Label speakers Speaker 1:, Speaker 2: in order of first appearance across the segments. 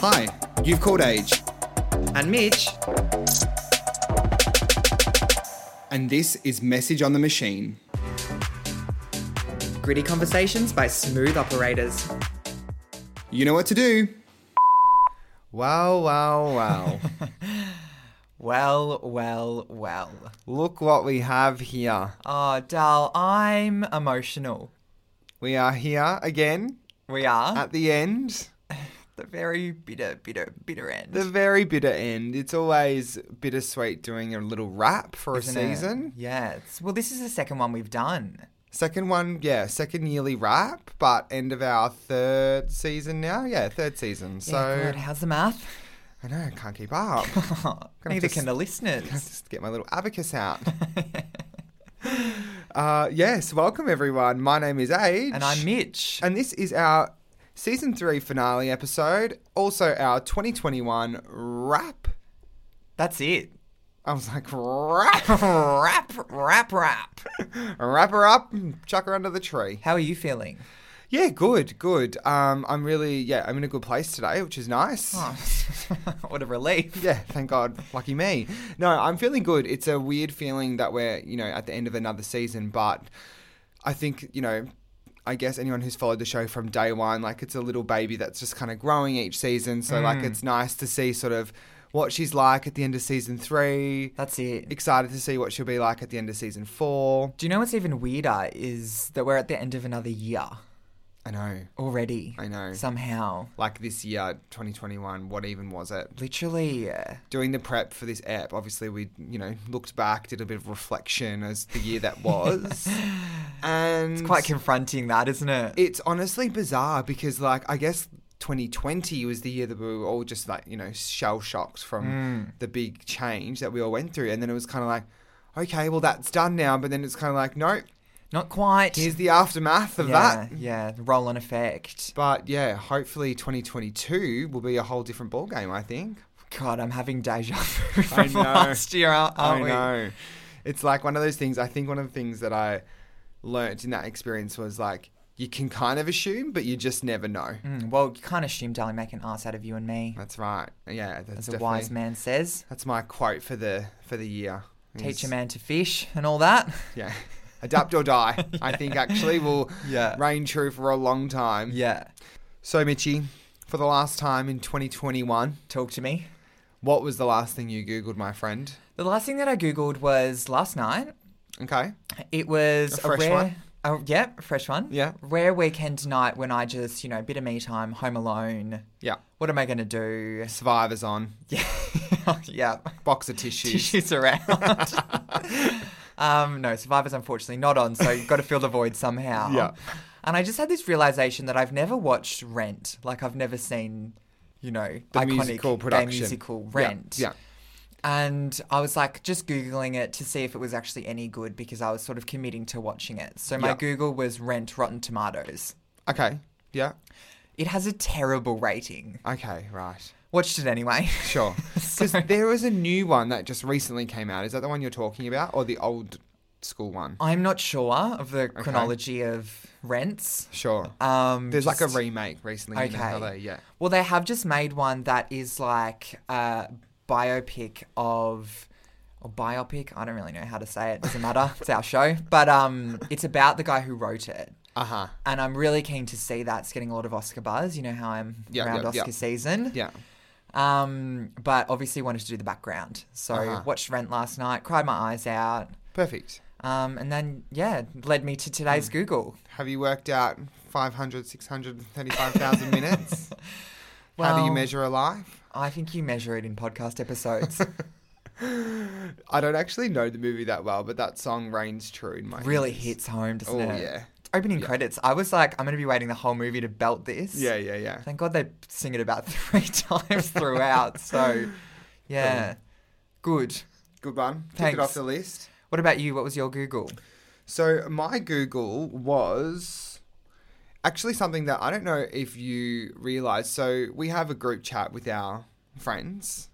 Speaker 1: Hi, you've called Age,
Speaker 2: And Mitch,
Speaker 1: and this is Message on the Machine.
Speaker 2: gritty conversations by smooth operators.
Speaker 1: You know what to do.
Speaker 3: Wow, wow, wow.
Speaker 4: Well, well, well.
Speaker 3: Look what we have here.
Speaker 4: Oh, Dal, I'm emotional.
Speaker 3: We are here again
Speaker 4: We are at
Speaker 3: at the end,
Speaker 4: the very bitter, bitter, bitter end.
Speaker 3: the very bitter end. It's always bittersweet doing a little rap for a
Speaker 4: Isn't it?
Speaker 3: season.
Speaker 4: Yes. Well, this is the second one we've done.
Speaker 3: Second one, yeah, second yearly rap, but end of our third season now. Yeah, third season. So
Speaker 4: yeah, God, how's the math?
Speaker 3: I know I can't keep up.
Speaker 4: Neither
Speaker 3: just-
Speaker 4: can the
Speaker 3: Let's
Speaker 4: listeners.
Speaker 3: just get my little abacus out. uh, yes, welcome everyone. My name is Age.
Speaker 4: And I'm Mitch.
Speaker 3: And this is our season three finale episode, also our 2021 wrap.
Speaker 4: That's it.
Speaker 3: I was like, wrap,
Speaker 4: rap, rap, rap.
Speaker 3: wrap her up, chuck her under the tree.
Speaker 4: How are you feeling?
Speaker 3: Yeah, good, good. Um, I'm really, yeah, I'm in a good place today, which is nice.
Speaker 4: Oh, what a relief.
Speaker 3: Yeah, thank God. Lucky me. No, I'm feeling good. It's a weird feeling that we're, you know, at the end of another season, but I think, you know, I guess anyone who's followed the show from day one, like it's a little baby that's just kind of growing each season. So, like, it's nice to see sort of what she's like at the end of season three.
Speaker 4: That's it.
Speaker 3: Excited to see what she'll be like at the end of season four.
Speaker 4: Do you know what's even weirder is that we're at the end of another year
Speaker 3: I know.
Speaker 4: already.
Speaker 3: I know.
Speaker 4: Somehow.
Speaker 3: Like this year, 2021, what even was it?
Speaker 4: Literally. uh,
Speaker 3: doing the prep for this app, obviously we, you know, looked back, did a bit of reflection as the year that was. and
Speaker 4: It's quite confronting, that, isn't it?
Speaker 3: it's honestly bizarre because like I guess 2020 was the year that we were all just like, you know, shell shocked from
Speaker 4: Mm.
Speaker 3: the big change that we all went through and then it was kind of like okay, well that's done now, but then it's kind of like no,
Speaker 4: Not quite.
Speaker 3: here's the aftermath of
Speaker 4: yeah,
Speaker 3: that.
Speaker 4: Yeah, roll on effect.
Speaker 3: But yeah, hopefully 2022 will be a whole different ballgame, I think.
Speaker 4: God, I'm having deja vu
Speaker 3: I
Speaker 4: from
Speaker 3: know.
Speaker 4: last year, aren't
Speaker 3: I
Speaker 4: aren't we?
Speaker 3: know. Oh, It's like one of those things. I think one of the things that I learnt in that experience was like you can kind of assume, but you just never know.
Speaker 4: Mm, well, you can't assume Dali make an ass out of you and me,
Speaker 3: That's right. Yeah, that's
Speaker 4: as a
Speaker 3: definitely,
Speaker 4: wise man says.
Speaker 3: That's my quote for the for the year.
Speaker 4: Teach a
Speaker 3: is-
Speaker 4: man to fish and all that.
Speaker 3: Yeah. Adapt or die. I think actually will
Speaker 4: Yeah.
Speaker 3: reign true for a long time.
Speaker 4: Yeah.
Speaker 3: So Mitchy, for the last time in 2021,
Speaker 4: Talk to me.
Speaker 3: what was the last thing you googled, my friend?
Speaker 4: The last thing that I Googled was last night.
Speaker 3: Okay.
Speaker 4: It was
Speaker 3: A fresh
Speaker 4: rare,
Speaker 3: one?
Speaker 4: Oh, yeah, a fresh one.
Speaker 3: Yeah.
Speaker 4: Rare weekend night when I just, you know, bit of me time, home alone.
Speaker 3: Yeah.
Speaker 4: What am I going to do?
Speaker 3: Survivors on
Speaker 4: Yeah. yeah.
Speaker 3: box of tissues.
Speaker 4: tissues around. um, no, Survivor's unfortunately not on, so you've got to fill the void somehow.
Speaker 3: Yeah.
Speaker 4: And I just had this realization that I've never watched Rent. Like I've never seen, you know,
Speaker 3: The
Speaker 4: iconic
Speaker 3: musical
Speaker 4: gay
Speaker 3: production.
Speaker 4: musical
Speaker 3: Yeah,
Speaker 4: Rent.
Speaker 3: yeah.
Speaker 4: And I was like just googling it to see if it was actually any good because I was sort of committing to watching it. So my
Speaker 3: Yeah.
Speaker 4: Google was Rent Rotten Tomatoes.
Speaker 3: Okay. Yeah.
Speaker 4: It has a terrible rating.
Speaker 3: Okay. Right.
Speaker 4: Watched it anyway.
Speaker 3: Sure. Because
Speaker 4: So-
Speaker 3: there was a new one that just recently came out. Is that the one you're talking about or the old school one?
Speaker 4: I'm not sure of the chronology of rents.
Speaker 3: Sure.
Speaker 4: Um,
Speaker 3: There's like a
Speaker 4: just-
Speaker 3: remake recently. you know, how
Speaker 4: Okay.
Speaker 3: they- yeah.
Speaker 4: well, they have just made one that is like a biopic of or biopic. I don't really know how to say it. Doesn't matter. it's our show, but um, it's about the guy who wrote it.
Speaker 3: Uh huh.
Speaker 4: And I'm really keen to see that. It's getting a lot of Oscar buzz. You know how I'm
Speaker 3: Yeah,
Speaker 4: around
Speaker 3: yeah, yeah.
Speaker 4: Oscar season.
Speaker 3: Yeah.
Speaker 4: Um, but obviously wanted to do the background. So
Speaker 3: Uh-huh.
Speaker 4: watched Rent last night, cried my eyes out.
Speaker 3: Perfect.
Speaker 4: Um, and then, yeah, led me to
Speaker 3: Hmm.
Speaker 4: today's Google.
Speaker 3: Have you worked out 500, 635,000 minutes? how do you
Speaker 4: Well-
Speaker 3: measure a life?
Speaker 4: I think you measure it in podcast episodes.
Speaker 3: I don't actually know the movie that well, but that song reigns true in my
Speaker 4: really
Speaker 3: ears.
Speaker 4: hits home, doesn't
Speaker 3: Oh,
Speaker 4: it?
Speaker 3: yeah.
Speaker 4: Opening credits. I was like, I'm going to be waiting the whole movie to belt this.
Speaker 3: Yeah, yeah, yeah.
Speaker 4: Thank God they sing it about three times throughout. So, yeah. Good.
Speaker 3: Good one. Tick
Speaker 4: Thanks.
Speaker 3: it off the list.
Speaker 4: What about you? What was your Google?
Speaker 3: So my Google was actually something that I don't know if you realize. So we have a group chat with our friends.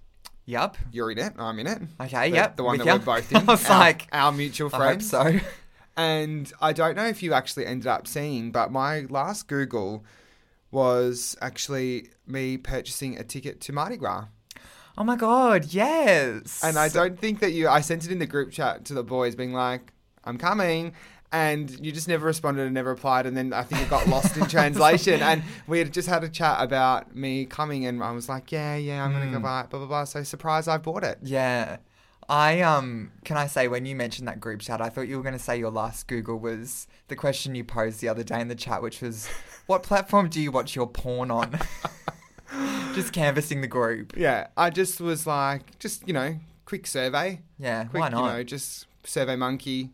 Speaker 4: Yup.
Speaker 3: You're in it. I'm in it.
Speaker 4: Okay,
Speaker 3: The-
Speaker 4: yep,
Speaker 3: The one that
Speaker 4: with ya.
Speaker 3: we're both in.
Speaker 4: I was
Speaker 3: our,
Speaker 4: like,
Speaker 3: our mutual
Speaker 4: I hope
Speaker 3: friends.
Speaker 4: so.
Speaker 3: And I don't know if you actually ended up seeing, but my last Google was actually me purchasing a ticket to Mardi Gras.
Speaker 4: Oh my god, yes.
Speaker 3: And I don't think that you. I sent it in the group chat to the boys, being like, "I'm coming," and you just never responded and never replied. And then I think it got lost in translation. And we had just had a chat about me coming, and I was like, "Yeah, yeah, I'm gonna
Speaker 4: Hmm.
Speaker 3: go buy it." Blah blah blah. So surprise, I bought it.
Speaker 4: Yeah. I um can I say when you mentioned that group chat, I thought you were gonna say your last Google was the question you posed the other day in the chat, which was what platform do you watch your porn on? Just canvassing the group.
Speaker 3: Yeah, I just was like, just you know, quick survey,
Speaker 4: Yeah,
Speaker 3: quick,
Speaker 4: why not?
Speaker 3: you know, just survey monkey.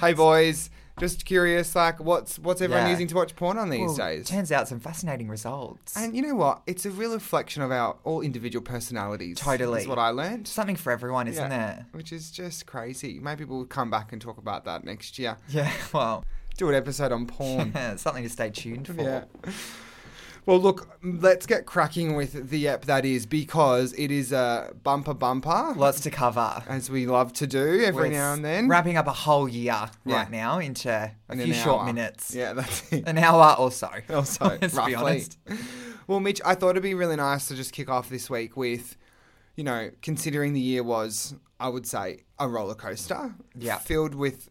Speaker 3: hey boys, just curious, like, what's what's everyone
Speaker 4: Yeah.
Speaker 3: using to watch porn on these
Speaker 4: Well,
Speaker 3: days?
Speaker 4: Turns out some fascinating results.
Speaker 3: And you know what? It's a real reflection of our all individual personalities.
Speaker 4: Totally.
Speaker 3: is what I learned.
Speaker 4: Something for everyone, isn't
Speaker 3: Yeah.
Speaker 4: there?
Speaker 3: Which is just crazy. Maybe we'll come back and talk about that next year.
Speaker 4: Yeah, well,
Speaker 3: Do an episode on porn.
Speaker 4: something to stay tuned for.
Speaker 3: yeah. Well, look, let's get cracking with the app that is because it is a bumper bumper,
Speaker 4: Lots to cover.
Speaker 3: as we love to do every
Speaker 4: We're
Speaker 3: now and then.
Speaker 4: Wrapping up a whole year
Speaker 3: Yeah.
Speaker 4: right now into a
Speaker 3: In
Speaker 4: few
Speaker 3: an
Speaker 4: short
Speaker 3: hour.
Speaker 4: minutes.
Speaker 3: Yeah, that's it.
Speaker 4: An hour or so.
Speaker 3: Also,
Speaker 4: Let's
Speaker 3: roughly.
Speaker 4: be honest.
Speaker 3: Well, Mitch, I thought it'd be really nice to just kick off this week with, you know, considering the year was, I would say, a roller coaster.
Speaker 4: Yeah.
Speaker 3: Filled with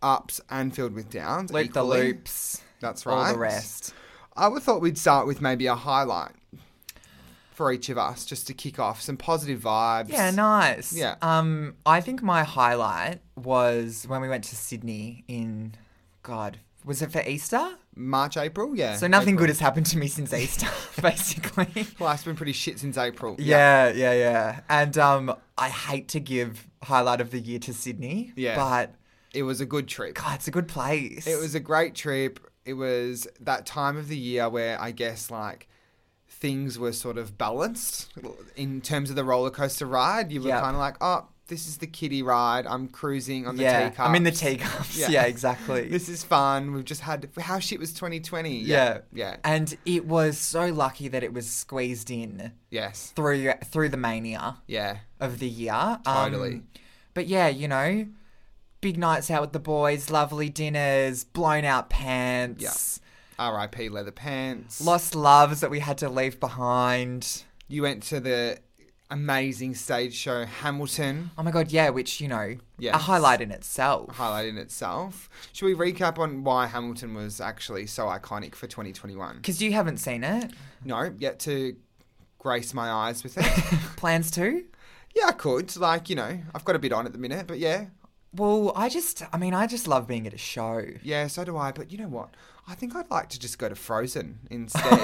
Speaker 3: ups and filled with downs.
Speaker 4: Loop the
Speaker 3: equally.
Speaker 4: loops.
Speaker 3: That's
Speaker 4: All
Speaker 3: right.
Speaker 4: the rest.
Speaker 3: I would thought we'd start with maybe a highlight for each of us, just to kick off some positive vibes.
Speaker 4: Yeah, nice.
Speaker 3: Yeah.
Speaker 4: Um, I think my highlight was when we went to Sydney in, God, was it for Easter?
Speaker 3: March, April, yeah.
Speaker 4: So nothing
Speaker 3: April.
Speaker 4: good has happened to me since Easter, basically.
Speaker 3: Life's been pretty shit since April.
Speaker 4: Yeah, yeah, yeah. And um, I hate to give highlight of the year to Sydney.
Speaker 3: Yeah.
Speaker 4: But
Speaker 3: It was a good trip.
Speaker 4: God, it's a good place.
Speaker 3: It was a great trip. It was that time of the year where I guess like things were sort of balanced in terms of the roller coaster ride. You were
Speaker 4: Yep.
Speaker 3: kind of like, oh, this is the kiddie ride. I'm cruising on the
Speaker 4: yeah.
Speaker 3: teacup.
Speaker 4: I'm in the teacups.
Speaker 3: Yeah.
Speaker 4: Yeah, exactly.
Speaker 3: This is fun. We've just had how shit was 2020.
Speaker 4: yeah.
Speaker 3: yeah,
Speaker 4: And it was so lucky that it was squeezed in
Speaker 3: yes,
Speaker 4: through through the mania
Speaker 3: yeah,
Speaker 4: of the year. Um,
Speaker 3: Totally.
Speaker 4: but yeah, you know, big nights out with the boys, lovely dinners, blown out pants,
Speaker 3: R.I.P. leather pants.
Speaker 4: lost loves that we had to leave behind.
Speaker 3: you went to the amazing stage show Hamilton.
Speaker 4: Oh my god, yeah, which you know,
Speaker 3: Yes.
Speaker 4: a highlight in itself.
Speaker 3: Highlight in itself. Should we recap on why Hamilton was actually so iconic for 2021?
Speaker 4: Because you haven't seen it.
Speaker 3: No, yet to grace my eyes with it.
Speaker 4: Plans to?
Speaker 3: yeah, I could. Like, you know, I've got a bit on at the minute, but yeah.
Speaker 4: Well, I just, I mean, I just love being at a show.
Speaker 3: Yeah, so do I. But you know what? I think I'd like to just go to Frozen instead.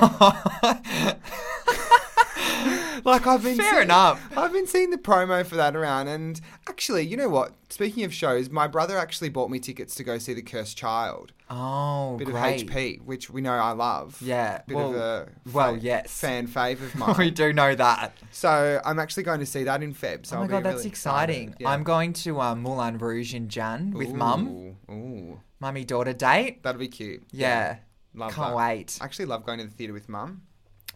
Speaker 3: like I've been
Speaker 4: Fair
Speaker 3: seeing-
Speaker 4: enough.
Speaker 3: I've been seeing the promo for that around and actually, you know what? Speaking of shows, my brother actually bought me tickets to go see The Cursed Child.
Speaker 4: Oh,
Speaker 3: Bit
Speaker 4: great.
Speaker 3: of HP, which we know I love.
Speaker 4: Yeah,
Speaker 3: Bit of
Speaker 4: well-
Speaker 3: a
Speaker 4: well, yes.
Speaker 3: fan fave of
Speaker 4: we
Speaker 3: mine.
Speaker 4: do know that.
Speaker 3: so I'm actually going to see that in Feb. So
Speaker 4: oh my
Speaker 3: I'll be
Speaker 4: god, that's
Speaker 3: really
Speaker 4: exciting.
Speaker 3: excited. Yeah.
Speaker 4: I'm going to uh, Moulin Rouge in Jan with mum,
Speaker 3: Ooh, Ooh,
Speaker 4: mummy daughter date.
Speaker 3: that'll be cute.
Speaker 4: Yeah,
Speaker 3: love
Speaker 4: can't
Speaker 3: that.
Speaker 4: wait.
Speaker 3: I actually love going to the theatre with mum.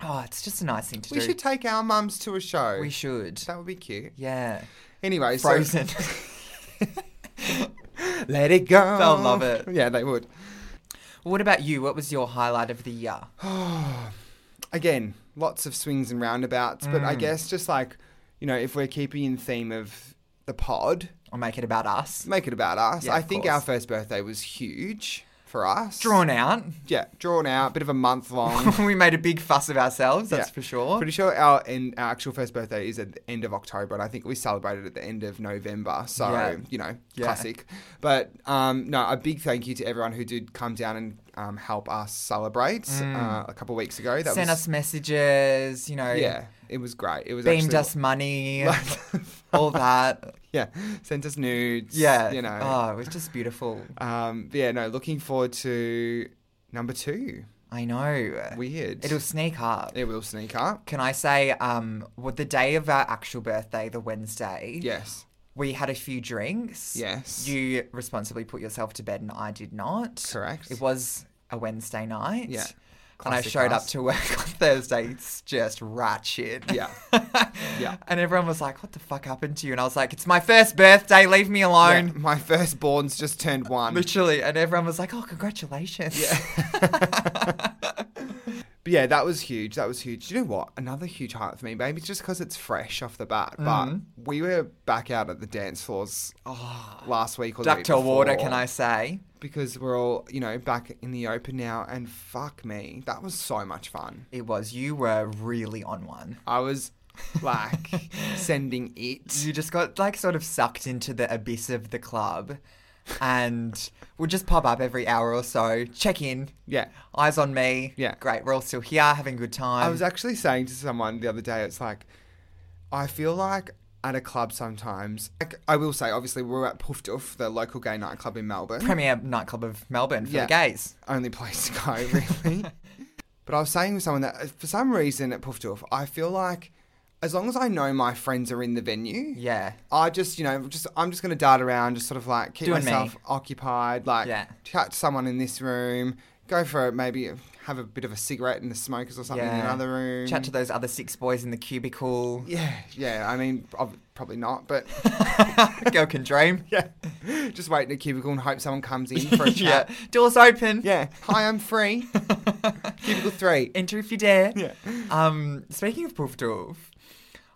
Speaker 4: Oh, it's just a nice thing to
Speaker 3: We
Speaker 4: do.
Speaker 3: should take our mums to a show.
Speaker 4: we should.
Speaker 3: That would be cute.
Speaker 4: Yeah,
Speaker 3: Anyway, so-
Speaker 4: Frozen.
Speaker 3: let it go.
Speaker 4: They'll love it.
Speaker 3: Yeah, they would.
Speaker 4: what about you? What was your highlight of the year?
Speaker 3: Again, lots of swings and roundabouts, but I guess just like, you know, if we're keeping in theme of the pod,
Speaker 4: I'll make it about us.
Speaker 3: make it about us.
Speaker 4: Yeah,
Speaker 3: I
Speaker 4: of
Speaker 3: think
Speaker 4: course.
Speaker 3: our first birthday was huge for us.
Speaker 4: Drawn out.
Speaker 3: Yeah, drawn out, bit of a month long.
Speaker 4: we made a big fuss of ourselves, that's
Speaker 3: Yeah.
Speaker 4: for sure.
Speaker 3: Pretty sure our end, our actual first birthday is at the end of October, and I think we celebrated at the end of November. So
Speaker 4: Yeah.
Speaker 3: you know,
Speaker 4: Yeah.
Speaker 3: classic. But um, no, a big thank you to everyone who did come down and um, help us celebrate uh, a couple of weeks ago. That
Speaker 4: Mm. Sent
Speaker 3: was
Speaker 4: us messages, you know,
Speaker 3: yeah, it was great. It was
Speaker 4: beamed
Speaker 3: actually,
Speaker 4: us money, all that.
Speaker 3: yeah, sent us nudes.
Speaker 4: Yeah.
Speaker 3: you know.
Speaker 4: Oh, it was just beautiful.
Speaker 3: Um, yeah, no, looking forward to number two.
Speaker 4: I know.
Speaker 3: Weird.
Speaker 4: It'll sneak up.
Speaker 3: it will sneak up.
Speaker 4: Can I say, um, what the day of our actual birthday, the Wednesday,
Speaker 3: Yes,
Speaker 4: we had a few drinks.
Speaker 3: yes.
Speaker 4: You responsibly put yourself to bed and I did not.
Speaker 3: Correct.
Speaker 4: It was a Wednesday night.
Speaker 3: Yeah.
Speaker 4: and I
Speaker 3: Classic
Speaker 4: showed up
Speaker 3: us.
Speaker 4: to work on Thursday it's just ratchet.
Speaker 3: Yeah. Yeah.
Speaker 4: And everyone was like, "What the fuck happened to you?" And I was like, "It's my first birthday. Leave me alone."
Speaker 3: Yeah, Um, my firstborn's just turned one.
Speaker 4: Literally, and everyone was like, "Oh, congratulations!" Yeah.
Speaker 3: But yeah, that was huge. That was huge. Do you know what? Another huge highlight for me, maybe it's just because it's fresh off the bat.
Speaker 4: Mm-hmm.
Speaker 3: But we were back out at the dance floors last week or the week
Speaker 4: Ductile water,
Speaker 3: before
Speaker 4: can I say?
Speaker 3: Because we're all, you know, back in the open now. And fuck me, that was so much fun.
Speaker 4: It was. You were really on one.
Speaker 3: I was like sending it.
Speaker 4: You just got like sort of sucked into the abyss of the club, and would just pop up every hour or so, check in,
Speaker 3: Yeah.
Speaker 4: eyes on me.
Speaker 3: Yeah.
Speaker 4: Great, we're all still here, having a good time.
Speaker 3: I was actually saying to someone the other day, it's like, I feel like at a club sometimes, like I will say, obviously, we were at Poof Doof, the local gay nightclub in Melbourne.
Speaker 4: premier nightclub of Melbourne for
Speaker 3: Yeah.
Speaker 4: the gays.
Speaker 3: only place to go, really. but I was saying with someone that uh, for some reason at Puff Doof, I feel like as long as I know my friends are in the venue,
Speaker 4: Yeah.
Speaker 3: I just, you know, just I'm just gonna dart around, just sort of like keep
Speaker 4: Doing me.
Speaker 3: myself occupied, like
Speaker 4: Yeah.
Speaker 3: chat to someone in this room, go for maybe have a bit of a cigarette in the smokers or something in
Speaker 4: Yeah.
Speaker 3: another room.
Speaker 4: Chat to those other six boys in the cubicle.
Speaker 3: yeah, yeah. I mean, ob- probably not, but
Speaker 4: Girl can dream.
Speaker 3: yeah, just wait in a cubicle and hope someone comes in for a chat.
Speaker 4: yeah. Doors open.
Speaker 3: yeah. Hi, I'm free. cubicle three.
Speaker 4: Enter if you dare.
Speaker 3: Yeah.
Speaker 4: Um, speaking of Poof Doof,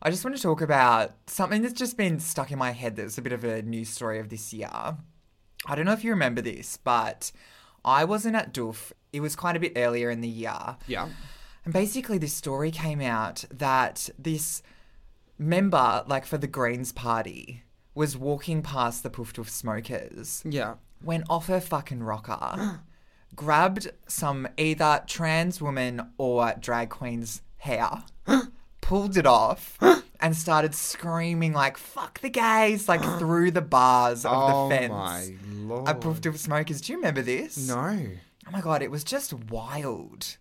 Speaker 4: I just want to talk about something that's just been stuck in my head that's a bit of a news story of this year. I don't know if you remember this, but I wasn't at Doof. It was quite a bit earlier in the year.
Speaker 3: Yeah.
Speaker 4: And basically, this story came out that this member, like for the Greens party, was walking past the Poof Doof smokers
Speaker 3: Yeah.
Speaker 4: went off her fucking rocker, grabbed some either trans woman or drag queen's hair, pulled it off, and started screaming like "fuck the gays" like through the bars of the fence.
Speaker 3: Oh my lord!
Speaker 4: At Poof Doof Smokers, do you remember this?
Speaker 3: no,
Speaker 4: Oh my god, it was just wild.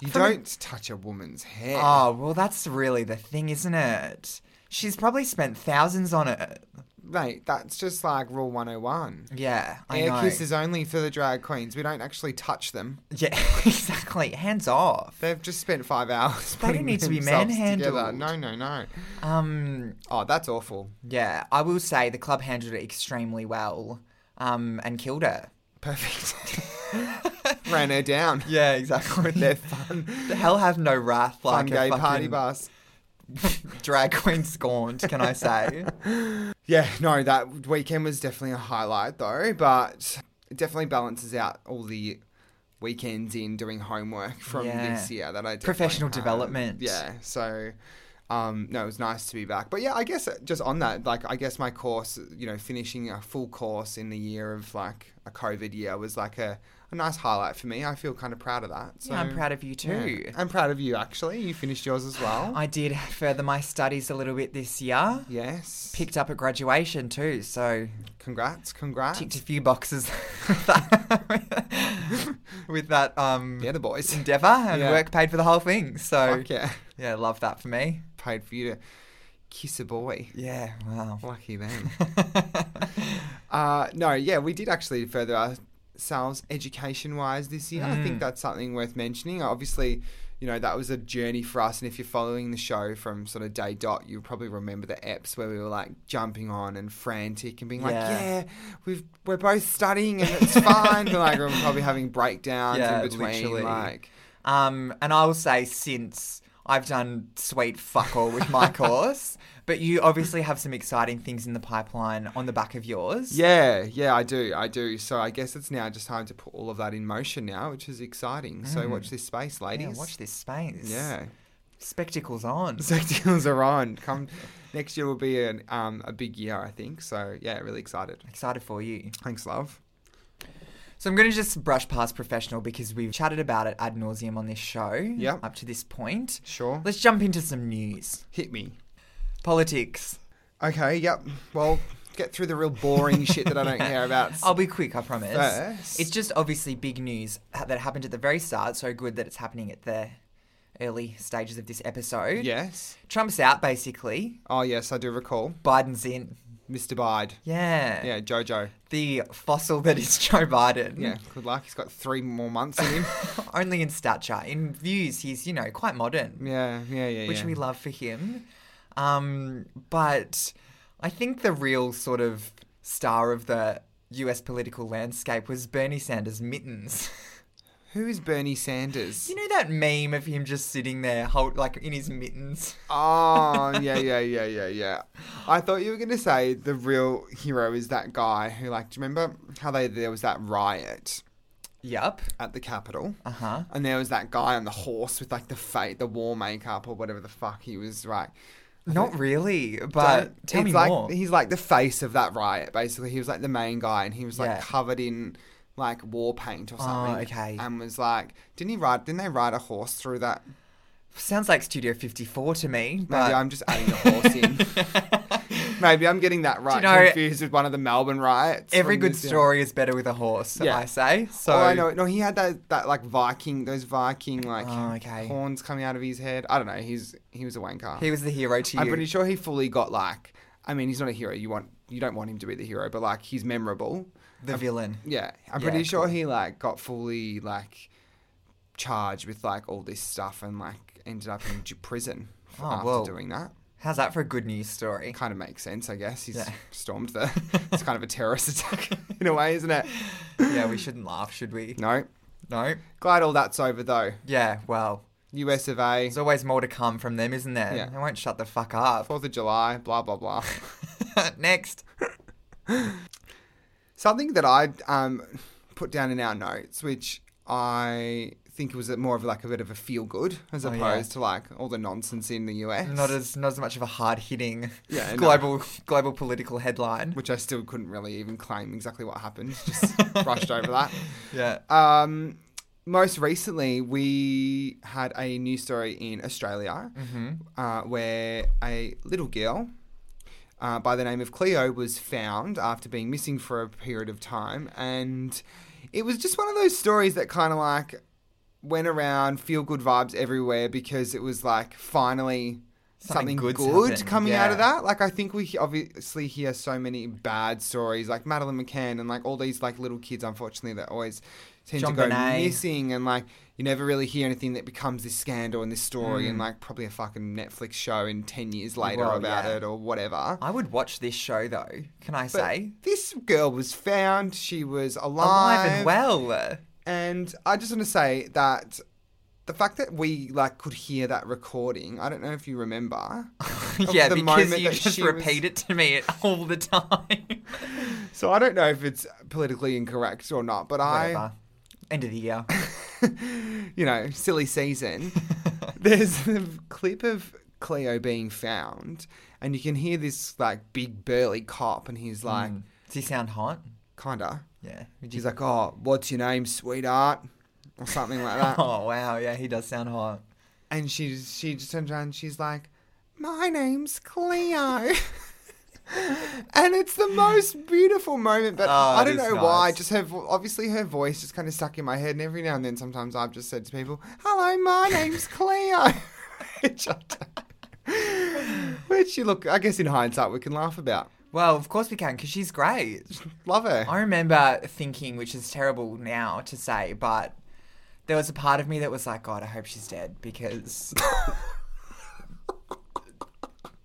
Speaker 3: you don't touch a woman's hair.
Speaker 4: Oh, well, that's really the thing, isn't it? She's probably spent thousands on it.
Speaker 3: Mate, that's just like rule one hundred and one.
Speaker 4: Yeah, I
Speaker 3: Air
Speaker 4: know.
Speaker 3: kiss is only for the drag queens. We don't actually touch them.
Speaker 4: yeah, exactly. Hands off.
Speaker 3: They've just spent five hours.
Speaker 4: They don't
Speaker 3: putting
Speaker 4: need to be
Speaker 3: themselves
Speaker 4: manhandled.
Speaker 3: together. No, no, no.
Speaker 4: Um,
Speaker 3: Oh, that's awful.
Speaker 4: Yeah, I will say the club handled it extremely well um, and killed her.
Speaker 3: Perfect. Ran her down.
Speaker 4: Yeah, exactly.
Speaker 3: They're fun.
Speaker 4: the hell have no wrath
Speaker 3: Fun
Speaker 4: like
Speaker 3: gay
Speaker 4: a fucking
Speaker 3: party bus.
Speaker 4: drag queen scorned, can I say?
Speaker 3: Yeah, no, that weekend was definitely a highlight though, but it definitely balances out all the weekends in doing homework from
Speaker 4: Yeah.
Speaker 3: this year that I did.
Speaker 4: Professional development.
Speaker 3: Yeah, so um, no, it was nice to be back. But yeah, I guess just on that, like, I guess my course, you know, finishing a full course in the year of like a COVID year was like a, a nice highlight for me. I feel kind of proud of that. So,
Speaker 4: yeah, I'm proud of you too.
Speaker 3: Yeah. I'm proud of you actually. You finished yours as well.
Speaker 4: I did further my studies a little bit this year.
Speaker 3: yes.
Speaker 4: Picked up at graduation too, so
Speaker 3: Congrats, congrats.
Speaker 4: ticked a few boxes with that, with that um,
Speaker 3: Yeah, the boys.
Speaker 4: endeavour and
Speaker 3: Yeah.
Speaker 4: work paid for the whole thing. So,
Speaker 3: Fuck yeah.
Speaker 4: yeah, love that for me.
Speaker 3: paid for you to kiss a boy.
Speaker 4: Yeah, wow.
Speaker 3: Lucky them. uh, no, yeah, we did actually further ourselves education wise this year. I
Speaker 4: Mm.
Speaker 3: think that's something worth mentioning. Obviously, you know, that was a journey for us. And if you're following the show from sort of day dot, you probably remember the eps where we were like jumping on and frantic and being like,
Speaker 4: Yeah.
Speaker 3: yeah, we've, we're both studying and it's fine. But like, we're probably having breakdowns
Speaker 4: Yeah,
Speaker 3: in between.
Speaker 4: literally.
Speaker 3: Like,
Speaker 4: Um, and I will say since I've done sweet fuck all with my course, but you obviously have some exciting things in the pipeline on the back of yours.
Speaker 3: Yeah, yeah, I do, I do. So I guess it's now just time to put all of that in motion now, which is exciting. So watch this space, ladies.
Speaker 4: Mm. Yeah, watch this space.
Speaker 3: Yeah,
Speaker 4: Spectacles on.
Speaker 3: spectacles are on. Come next year will be an, um, a big year, I think. So yeah, really excited.
Speaker 4: Excited for you.
Speaker 3: Thanks, love.
Speaker 4: So I'm going to just brush past professional because we've chatted about it ad nauseum on this show
Speaker 3: Yep.
Speaker 4: up to this point.
Speaker 3: Sure.
Speaker 4: Let's jump into some news.
Speaker 3: Hit me.
Speaker 4: Politics.
Speaker 3: Okay. Yep. Well, get through the real boring shit that I don't care about.
Speaker 4: I'll be quick, I promise.
Speaker 3: First.
Speaker 4: Oh, It's just obviously big news ha- that happened at the very start, so good that it's happening at the early stages of this episode.
Speaker 3: yes.
Speaker 4: Trump's out, basically.
Speaker 3: Oh yes, I do recall.
Speaker 4: Biden's in.
Speaker 3: Mr. Bide.
Speaker 4: Yeah. Mm.
Speaker 3: Yeah, Jojo.
Speaker 4: The fossil that is Joe Biden.
Speaker 3: Yeah, good luck. He's got three more months in him.
Speaker 4: Only in stature. In views, he's, you know, quite modern.
Speaker 3: yeah, yeah, yeah.
Speaker 4: which
Speaker 3: yeah.
Speaker 4: we love for him. Um, but I think the real sort of star of the US political landscape was Bernie Sanders' mittens.
Speaker 3: Who is Bernie Sanders?
Speaker 4: you know that meme of him just sitting there, hold, like in his mittens?
Speaker 3: Oh, yeah, yeah, yeah, yeah, yeah. I thought you were going to say the real hero is that guy who, like, do you remember how they, there was that riot
Speaker 4: Yup.
Speaker 3: at the Capitol?
Speaker 4: Uh huh.
Speaker 3: And there was that guy on the horse with, like, the fake, the war makeup or whatever the fuck he was, like.
Speaker 4: Not really, but
Speaker 3: Don't-
Speaker 4: tell
Speaker 3: he's
Speaker 4: me
Speaker 3: like,
Speaker 4: more.
Speaker 3: He's like the face of that riot, basically. He was like the main guy, and he was like
Speaker 4: Yeah.
Speaker 3: covered in like war paint or
Speaker 4: Oh,
Speaker 3: something.
Speaker 4: okay.
Speaker 3: And was like, didn't he ride? Didn't they ride a horse through that?
Speaker 4: Sounds like Studio 54 to me,
Speaker 3: Maybe
Speaker 4: but.
Speaker 3: I'm just adding a horse in. Maybe I'm getting that right
Speaker 4: you know-
Speaker 3: confused with one of the Melbourne riots.
Speaker 4: Every
Speaker 3: from
Speaker 4: good
Speaker 3: this year.
Speaker 4: story is better with a horse,
Speaker 3: Yeah.
Speaker 4: I say. So
Speaker 3: oh, I know. No, he had that that like Viking, those Viking like
Speaker 4: Oh, okay.
Speaker 3: horns coming out of his head. I don't know. He's he was a wanker.
Speaker 4: he was the hero to you.
Speaker 3: I'm pretty sure he fully got like. I mean, he's not a hero. You want you don't want him to be the hero, but like he's memorable.
Speaker 4: the villain.
Speaker 3: Yeah, I'm
Speaker 4: Yeah,
Speaker 3: pretty sure
Speaker 4: cool.
Speaker 3: he like got fully like charged with like all this stuff and like ended up in j- prison f-
Speaker 4: Oh,
Speaker 3: after
Speaker 4: whoa.
Speaker 3: doing that.
Speaker 4: How's that for a good news story?
Speaker 3: Kind of makes sense, I guess. He's
Speaker 4: Yeah.
Speaker 3: stormed the. it's kind of a terrorist attack in a way, isn't it?
Speaker 4: yeah, we shouldn't laugh, should we?
Speaker 3: No,
Speaker 4: No.
Speaker 3: glad all that's over though.
Speaker 4: Yeah, well,
Speaker 3: U.S. of A.
Speaker 4: there's always more to come from them, isn't there?
Speaker 3: Yeah.
Speaker 4: They won't shut the fuck up.
Speaker 3: Fourth of July, blah blah blah.
Speaker 4: Next.
Speaker 3: Something that I um, put down in our notes, which I think was a- more of like a bit of a feel good as
Speaker 4: Oh, yeah.
Speaker 3: opposed to like all the nonsense in the US.
Speaker 4: Not as not as much of a hard hitting
Speaker 3: Yeah, no.
Speaker 4: global global political headline.
Speaker 3: which I still couldn't really even claim exactly what happened. Just brushed over that.
Speaker 4: Yeah.
Speaker 3: Um, most recently, we had a news story in Australia
Speaker 4: Mm-hmm.
Speaker 3: uh, where a little girl uh, by the name of Cleo was found after being missing for a period of time. And it was just one of those stories that kind of like went around feel good vibes everywhere because it was like finally. Something,
Speaker 4: Something good's
Speaker 3: good
Speaker 4: happened,
Speaker 3: coming out of
Speaker 4: yeah.
Speaker 3: that. Like I think we he- obviously hear so many bad stories, like Madeline McCann and like all these like little kids, unfortunately, that always tend
Speaker 4: John
Speaker 3: to go
Speaker 4: Bonet.
Speaker 3: missing, and like you never really hear anything that becomes this scandal and this story, and like probably a fucking Netflix show in ten years later
Speaker 4: Mm. Well,
Speaker 3: about
Speaker 4: yeah.
Speaker 3: it or whatever.
Speaker 4: I would watch this show though, can I
Speaker 3: But
Speaker 4: say?
Speaker 3: this girl was found. She was alive,
Speaker 4: Alive and well.
Speaker 3: and I just want to say that the fact that we like could hear that recording, I don't know if you remember.
Speaker 4: yeah,
Speaker 3: the
Speaker 4: because
Speaker 3: moment
Speaker 4: you
Speaker 3: that
Speaker 4: just
Speaker 3: she was-
Speaker 4: repeat it to me all the time.
Speaker 3: so I don't know if it's politically incorrect or not, but I,
Speaker 4: Whatever. End of the year.
Speaker 3: you know, silly season. There's a clip of Cleo being found, and you can hear this like big burly cop, and he's like,
Speaker 4: Mm. Does he sound hot?
Speaker 3: kinda.
Speaker 4: Yeah. Would you-
Speaker 3: He's like, "Oh, what's your name, sweetheart?" or something like that.
Speaker 4: Oh wow, yeah, he does sound hot.
Speaker 3: And she she just turns around and she's like, My name's Cleo. and it's the most beautiful moment, but
Speaker 4: Oh,
Speaker 3: I don't
Speaker 4: it is
Speaker 3: know why.
Speaker 4: nice.
Speaker 3: Just her vo- obviously her voice just kind of stuck in my head, and every now and then sometimes I've just said to people, Hello, my name's Cleo. Which I don't- Which you look, I guess in hindsight, we can laugh about.
Speaker 4: Well, of course we can, because she's great.
Speaker 3: Love her.
Speaker 4: I remember thinking, which is terrible now to say, but there was a part of me that was like, God, I hope she's dead because.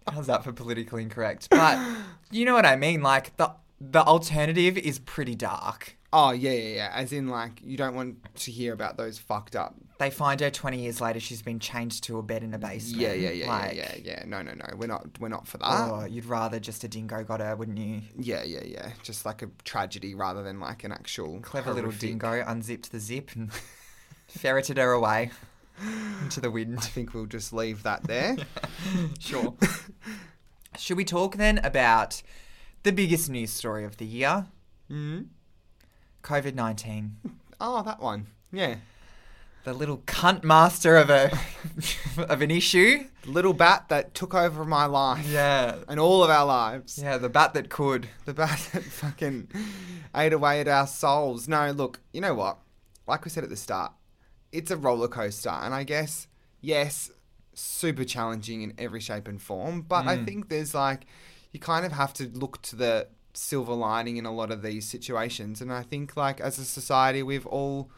Speaker 4: How's that for politically incorrect? But you know what I mean. Like the the alternative is pretty dark.
Speaker 3: Oh yeah, yeah, yeah. As in, like, you don't want to hear about those fucked up.
Speaker 4: They find her twenty years later. She's been chained to a bed in a basement.
Speaker 3: Yeah, yeah, yeah,
Speaker 4: like,
Speaker 3: yeah, Ah. yeah, yeah. No, no, no. We're not. We're not for that.
Speaker 4: Oh, you'd rather just a dingo got her, wouldn't you?
Speaker 3: Yeah, yeah, yeah. Just like a tragedy rather than like an actual
Speaker 4: Clever little
Speaker 3: horrific-
Speaker 4: dingo unzipped the zip and ferreted her away into the wind.
Speaker 3: I think we'll just leave that there.
Speaker 4: Sure. Should we talk then about the biggest news story of the year?
Speaker 3: mm.
Speaker 4: COVID 19.
Speaker 3: Oh, that one. Yeah.
Speaker 4: The little cunt master of a of an issue.
Speaker 3: The little bat that took over my life
Speaker 4: Yeah.
Speaker 3: and all of our lives.
Speaker 4: Yeah, the bat that could.
Speaker 3: The bat that fucking ate away at our souls. No, look, you know what? Like we said at the start, it's a roller coaster. And I guess, yes, super challenging in every shape and form. But I think there's like, you kind of have to look to the silver lining in a lot of these situations. And I think, like, as a society, we've all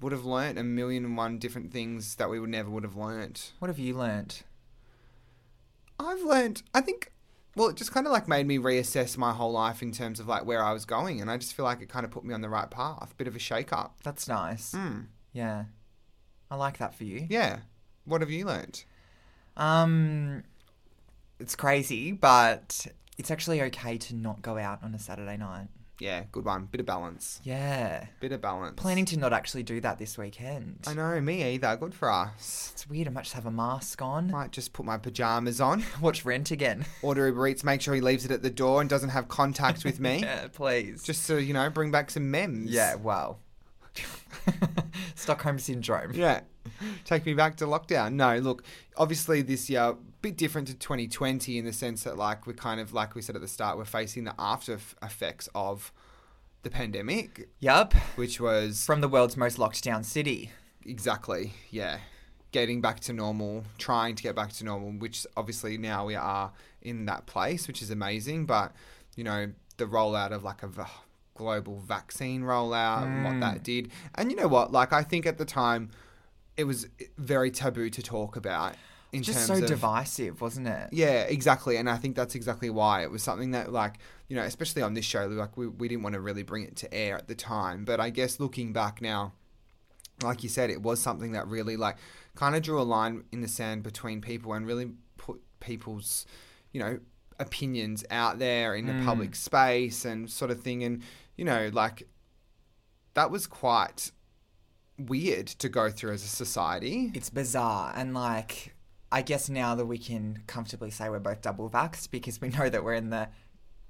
Speaker 3: would have learnt a million and one different things that we would never would have learnt.
Speaker 4: What have you learnt?
Speaker 3: I've learnt, I think, well, it just kind of like made me reassess my whole life in terms of like where I was going. And I just feel like it kind of put me on the right path. Bit of a shake up.
Speaker 4: That's nice.
Speaker 3: Mm.
Speaker 4: Yeah. I like that for you.
Speaker 3: Yeah. What have you learnt?
Speaker 4: Um, it's crazy, but it's actually okay to not go out on a Saturday night.
Speaker 3: Yeah, good one. Bit of balance.
Speaker 4: Yeah.
Speaker 3: Bit of balance.
Speaker 4: Planning to not actually do that this weekend.
Speaker 3: I know, me either. Good for us.
Speaker 4: It's weird. I might just have a mask on.
Speaker 3: Might just put my pajamas on,
Speaker 4: Watch Rent again.
Speaker 3: order Uber Eats, make sure he leaves it at the door and doesn't have contact with me.
Speaker 4: yeah, please.
Speaker 3: Just to, you know, bring back some memes.
Speaker 4: yeah. Wow. Stockholm syndrome.
Speaker 3: Yeah. Take me back to lockdown. No, look, obviously this year, a bit different to 2020 in the sense that, like, we're kind of, like we said at the start, we're facing the after f- effects of the pandemic,
Speaker 4: Yup.
Speaker 3: which was
Speaker 4: From the world's most locked down city.
Speaker 3: exactly, yeah, getting back to normal, trying to get back to normal, which obviously now we are in that place, which is amazing. But, you know, the rollout of like a v- global vaccine rollout and what
Speaker 4: Mm.
Speaker 3: that did. And you know what? Like, I think at the time it was very taboo to talk about. In
Speaker 4: Just so
Speaker 3: terms of,
Speaker 4: divisive, wasn't it?
Speaker 3: yeah, exactly. And I think that's exactly why it was something that, like, you know, especially on this show, like, we, we didn't want to really bring it to air at the time. But I guess looking back now, like you said, it was something that really, like, kind of drew a line in the sand between people and really put people's, you know, opinions out there in the public space and sort of thing. And, you know, like, that was quite weird to go through as a society.
Speaker 4: It's bizarre. And like, I guess now that we can comfortably say we're both double vaxxed because we know that we're in the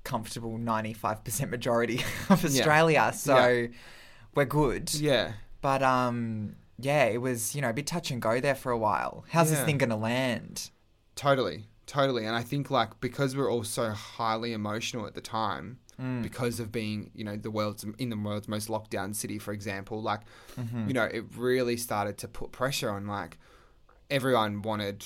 Speaker 4: comfortable 95% majority of Australia. So we're good.
Speaker 3: Yeah.
Speaker 4: But um, yeah, it was, you know, a bit touch and go there for a while. How's this
Speaker 3: Yeah.
Speaker 4: thing going to land?
Speaker 3: Totally, totally. And I think like because we're all so highly emotional at the time,
Speaker 4: Hmm. Mm,
Speaker 3: because of being you know the world's in the world's most locked down city, for example, like
Speaker 4: Hmm. mm-hmm.
Speaker 3: you know it really started to put pressure on like everyone wanted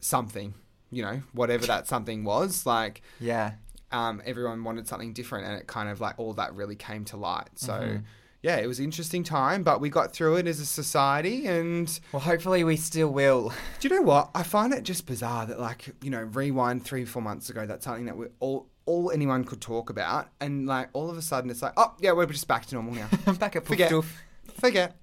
Speaker 3: something, you know, whatever that something was, like
Speaker 4: Yeah.
Speaker 3: um, everyone wanted something different, and it kind of like all that really came to light. So. Yeah, it was an interesting time, but we got through it as a society, and
Speaker 4: Well, hopefully we still will.
Speaker 3: do you know what? I find it just bizarre that, like, you know, rewind three, four months ago, that's something that we all, all anyone could talk about, and like all of a sudden, it's like, oh yeah, we're just back to normal now.
Speaker 4: I'm back at
Speaker 3: Forget,
Speaker 4: Poof
Speaker 3: forget,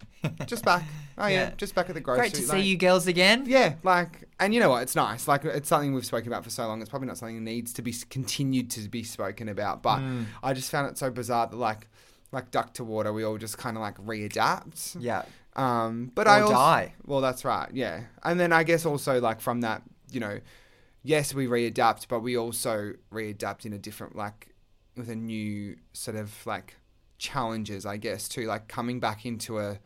Speaker 3: just back. Oh yeah,
Speaker 4: Yeah.
Speaker 3: just back at the grocery.
Speaker 4: Great to
Speaker 3: like-
Speaker 4: see you girls again.
Speaker 3: Yeah, like, and you know what? It's nice. Like, it's something we've spoken about for so long. It's probably not something that needs to be s- continued to be spoken about. But
Speaker 4: Mm.
Speaker 3: I just found it so bizarre that, like, like duck to water, we all just kind of like readapt.
Speaker 4: Yeah.
Speaker 3: Um, but
Speaker 4: Or
Speaker 3: I also,
Speaker 4: die.
Speaker 3: Well, that's right. Yeah, and then I guess also like from that, you know, yes, we readapt, but we also readapt in a different like with a new sort of like challenges, I guess, too. Like coming back into a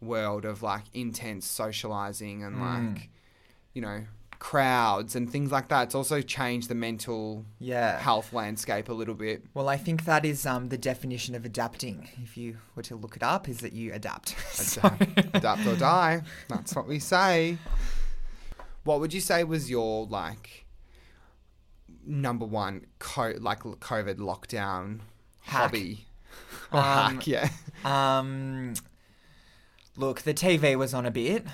Speaker 3: world of like intense socializing and like you know crowds and things like that. It's also changed the mental
Speaker 4: Yeah.
Speaker 3: health landscape a little bit.
Speaker 4: Well, I think that is um, the definition of adapting. If you were to look it up, is that you adapt. So-
Speaker 3: Adapt, adapt or die. That's what we say. What would you say was your like number one co- like l- COVID lockdown
Speaker 4: Hack.
Speaker 3: hobby? Or hack, yeah.
Speaker 4: um, look, the TV was on a bit.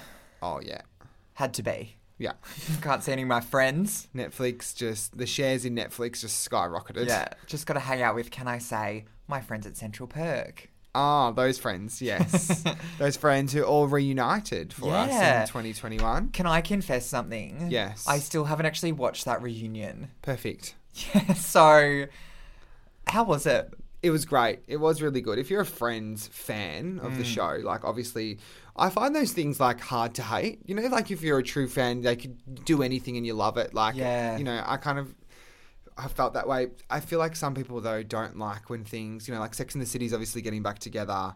Speaker 3: Oh yeah,
Speaker 4: Had to be.
Speaker 3: yeah.
Speaker 4: Can't see any of my friends.
Speaker 3: Netflix just the shares in Netflix just skyrocketed.
Speaker 4: Yeah. Just got to hang out with, can I say, my friends at Central Perk.
Speaker 3: Ah, those friends. Yes, those friends who all reunited for
Speaker 4: Yeah.
Speaker 3: us in 2021.
Speaker 4: Can I confess something?
Speaker 3: Yes.
Speaker 4: I still haven't actually watched that reunion.
Speaker 3: Perfect.
Speaker 4: Yeah. So, how was it?
Speaker 3: it was great. It was really good. If you're a Friends fan of the
Speaker 4: Hmm.
Speaker 3: show, like obviously, I find those things like hard to hate. You know, like if you're a true fan, they could do anything and you love it. Like,
Speaker 4: Yeah.
Speaker 3: you know, I kind of. I felt that way. I feel like some people though don't like when things, you know, like Sex in the City is obviously getting back together.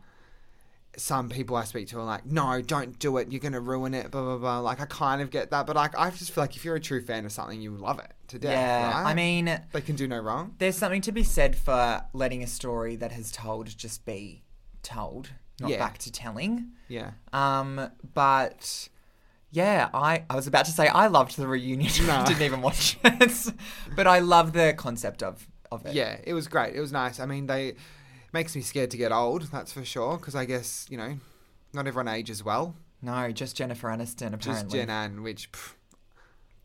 Speaker 3: Some people I speak to are like, "No, don't do it. You're going to ruin it." Blah blah blah. Like I kind of get that, but like I just feel like if you're a true fan of something, you love it to death.
Speaker 4: yeah.
Speaker 3: right?
Speaker 4: I mean,
Speaker 3: they can do no wrong.
Speaker 4: There's something to be said for letting a story that has told just be told, not
Speaker 3: Yeah.
Speaker 4: back to telling.
Speaker 3: Yeah,
Speaker 4: Um, but Yeah, I, I was about to say I loved the reunion. I didn't even watch it. but I love the concept of, of it.
Speaker 3: Yeah, it was great. It was nice. I mean, they makes me scared to get old. That's for sure. Because I guess you know, not everyone ages well.
Speaker 4: No, just Jennifer Aniston apparently.
Speaker 3: Just Jen Ann, which, pff,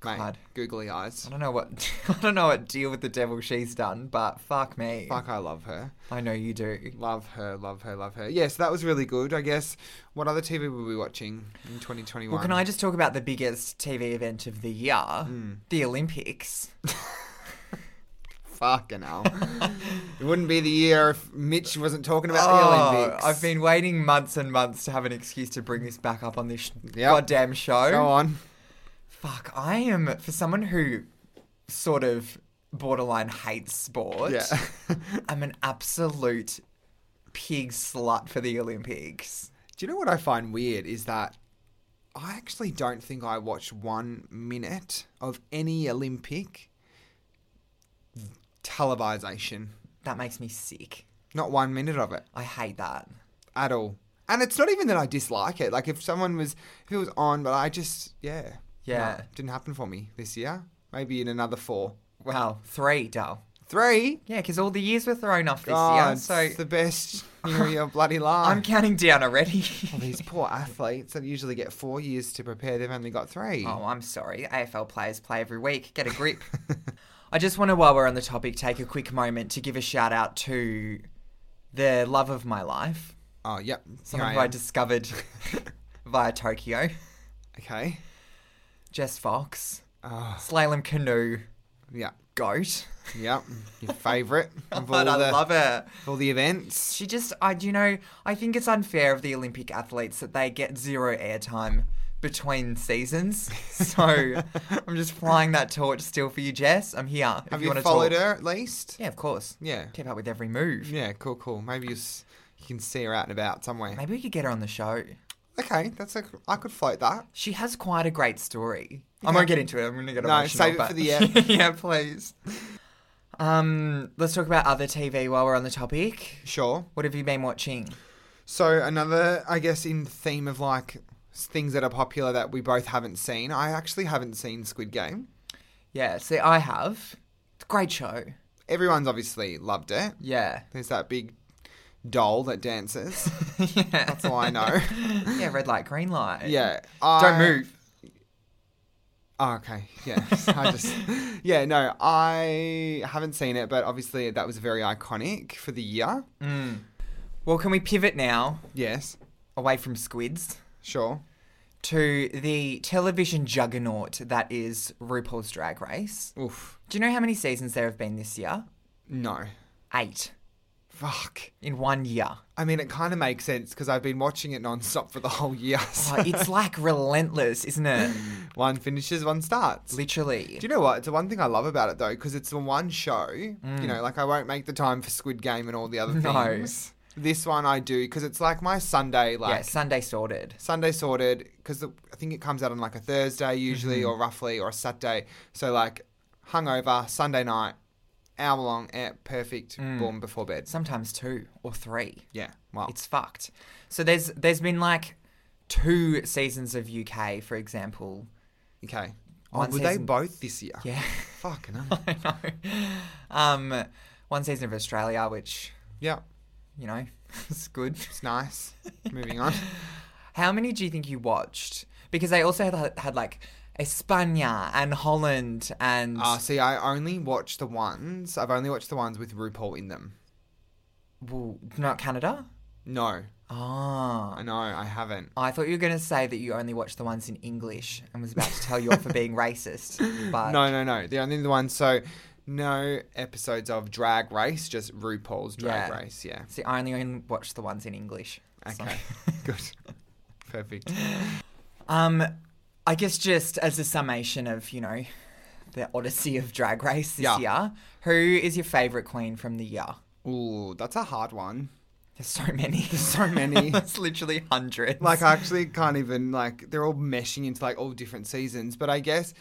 Speaker 3: mate,
Speaker 4: God.
Speaker 3: googly eyes.
Speaker 4: I don't know what I don't know what deal with the devil she's done, but fuck me.
Speaker 3: Fuck, I love her.
Speaker 4: I know you do.
Speaker 3: Love her, love her, love her. Yes, that was really good. I guess what other TV were we watching in 2021?
Speaker 4: Well, can I just talk about the biggest TV event of the year,
Speaker 3: Hmm.
Speaker 4: the Olympics?
Speaker 3: Fucking hell. it wouldn't be the year if Mitch wasn't talking about the
Speaker 4: Oh,
Speaker 3: Olympics.
Speaker 4: I've been waiting months and months to have an excuse to bring this back up on this sh-
Speaker 3: Yep.
Speaker 4: goddamn show.
Speaker 3: Go on.
Speaker 4: Fuck, I am for someone who sort of borderline hates sport.
Speaker 3: Yeah.
Speaker 4: I'm an absolute pig slut for the Olympics.
Speaker 3: Do you know what I find weird is that I actually don't think I watched one minute of any Olympic televisation.
Speaker 4: That makes me sick.
Speaker 3: Not one minute of it
Speaker 4: I hate that.
Speaker 3: at all. And it's not even that I dislike it. Like if someone was, if it was on, but I just, yeah,
Speaker 4: Yeah.
Speaker 3: No, didn't happen for me this year. Maybe in another four,
Speaker 4: Wow, three, Dal.
Speaker 3: three.
Speaker 4: Yeah, because all the years were thrown off this
Speaker 3: God,
Speaker 4: year. So
Speaker 3: it's the best year of your bloody life.
Speaker 4: I'm counting down already.
Speaker 3: These poor athletes that usually get four years to prepare, they've only got three.
Speaker 4: Oh, I'm sorry. AFL players play every week. Get a grip. I just want to, while we're on the topic, take a quick moment to give a shout out to the love of my life,
Speaker 3: Oh, yep. Here
Speaker 4: someone
Speaker 3: I
Speaker 4: who I
Speaker 3: am.
Speaker 4: discovered via Tokyo,
Speaker 3: Okay.
Speaker 4: Jess Fox,
Speaker 3: Oh,
Speaker 4: slalom canoe
Speaker 3: yeah.
Speaker 4: goat.
Speaker 3: Yep. Your favourite of all
Speaker 4: But
Speaker 3: the,
Speaker 4: I love her.
Speaker 3: all the events.
Speaker 4: She just, I, you know, I think it's unfair of the Olympic athletes that they get zero airtime between seasons. So I'm just flying that torch still for you, Jess. I'm here. if
Speaker 3: Have you,
Speaker 4: wanna
Speaker 3: followed
Speaker 4: talk.
Speaker 3: her at least?
Speaker 4: Yeah, of course.
Speaker 3: Yeah.
Speaker 4: Keep up with every move.
Speaker 3: Yeah, cool, cool. Maybe you, s- you can see her out and about somewhere.
Speaker 4: Maybe we could get her on the show.
Speaker 3: Okay, that's a, I could float that.
Speaker 4: She has quite a great story. I
Speaker 3: Okay.
Speaker 4: won't get into it. I'm going to get
Speaker 3: No,
Speaker 4: emotional.
Speaker 3: save it
Speaker 4: but-
Speaker 3: for the end.
Speaker 4: yeah, please. Um, let's talk about other TV while we're on the topic.
Speaker 3: Sure.
Speaker 4: What have you been watching?
Speaker 3: So another, I guess, in theme of like s- things that are popular that we both haven't seen. I actually haven't seen Squid Game.
Speaker 4: Yeah, see, I have. It's a great show.
Speaker 3: Everyone's obviously loved it.
Speaker 4: Yeah.
Speaker 3: There's that big doll that dances.
Speaker 4: yeah.
Speaker 3: That's all I know.
Speaker 4: yeah, red light, green light.
Speaker 3: yeah.
Speaker 4: Don't
Speaker 3: I-
Speaker 4: move.
Speaker 3: Oh, okay. Yeah. I just Yeah, no, I haven't seen it, but obviously that was very iconic for the year.
Speaker 4: Well, can we pivot now
Speaker 3: Yes.
Speaker 4: away from squids
Speaker 3: Sure.
Speaker 4: to the television juggernaut that is RuPaul's Drag Race?
Speaker 3: Oof.
Speaker 4: Do you know how many seasons there have been this year?
Speaker 3: No.
Speaker 4: Eight
Speaker 3: Fuck.
Speaker 4: in one year.
Speaker 3: I mean, it kind of makes sense because I've been watching it non-stop for the whole year. so-
Speaker 4: Oh, it's like relentless, isn't it?
Speaker 3: one finishes, one starts.
Speaker 4: Literally.
Speaker 3: Do you know what? It's the one thing I love about it though, because it's the one show. You know, like I won't make the time for Squid Game and all the other
Speaker 4: No.
Speaker 3: things. This one I do because it's like my Sunday, like
Speaker 4: yeah, Sunday sorted.
Speaker 3: Sunday sorted because I think it comes out on like a Thursday usually,
Speaker 4: Mm-hmm.
Speaker 3: or roughly, or a Saturday. So like hungover Sunday night, hour long, eh, perfect,
Speaker 4: Mm.
Speaker 3: boom before bed.
Speaker 4: Sometimes two or three.
Speaker 3: Yeah, well,
Speaker 4: It's fucked. So there's there's been like two seasons of UK, for example.
Speaker 3: okay. Oh,
Speaker 4: one
Speaker 3: were they
Speaker 4: season-
Speaker 3: both this year?
Speaker 4: Yeah.
Speaker 3: Fucking hell.
Speaker 4: I know. Um, one season of Australia, which
Speaker 3: yeah,
Speaker 4: you know, is good.
Speaker 3: it's nice. Moving on.
Speaker 4: How many do you think you watched? Because they also had had like España and Holland and
Speaker 3: Uh, see, I only watch the ones. I've only watched the ones with RuPaul in them.
Speaker 4: well, not Canada.
Speaker 3: No,
Speaker 4: Ah,
Speaker 3: I know, I haven't.
Speaker 4: I thought you were gonna say that you only watched the ones in English and was about to tell you off for being racist. But
Speaker 3: No, no, no. The only the ones. So, no episodes of Drag Race, just RuPaul's Drag
Speaker 4: Yeah.
Speaker 3: Race. Yeah.
Speaker 4: see, I only only watched the ones in English. so-
Speaker 3: Okay. Good. Perfect.
Speaker 4: Um, I guess just as a summation of you know the odyssey of Drag Race this
Speaker 3: Yeah.
Speaker 4: year, who is your favorite queen from the year?
Speaker 3: Ooh, that's a hard one.
Speaker 4: There's so many. There's
Speaker 3: so many.
Speaker 4: it's literally hundreds.
Speaker 3: Like, I actually can't even, like, they're all meshing into, like, all different seasons. But I guess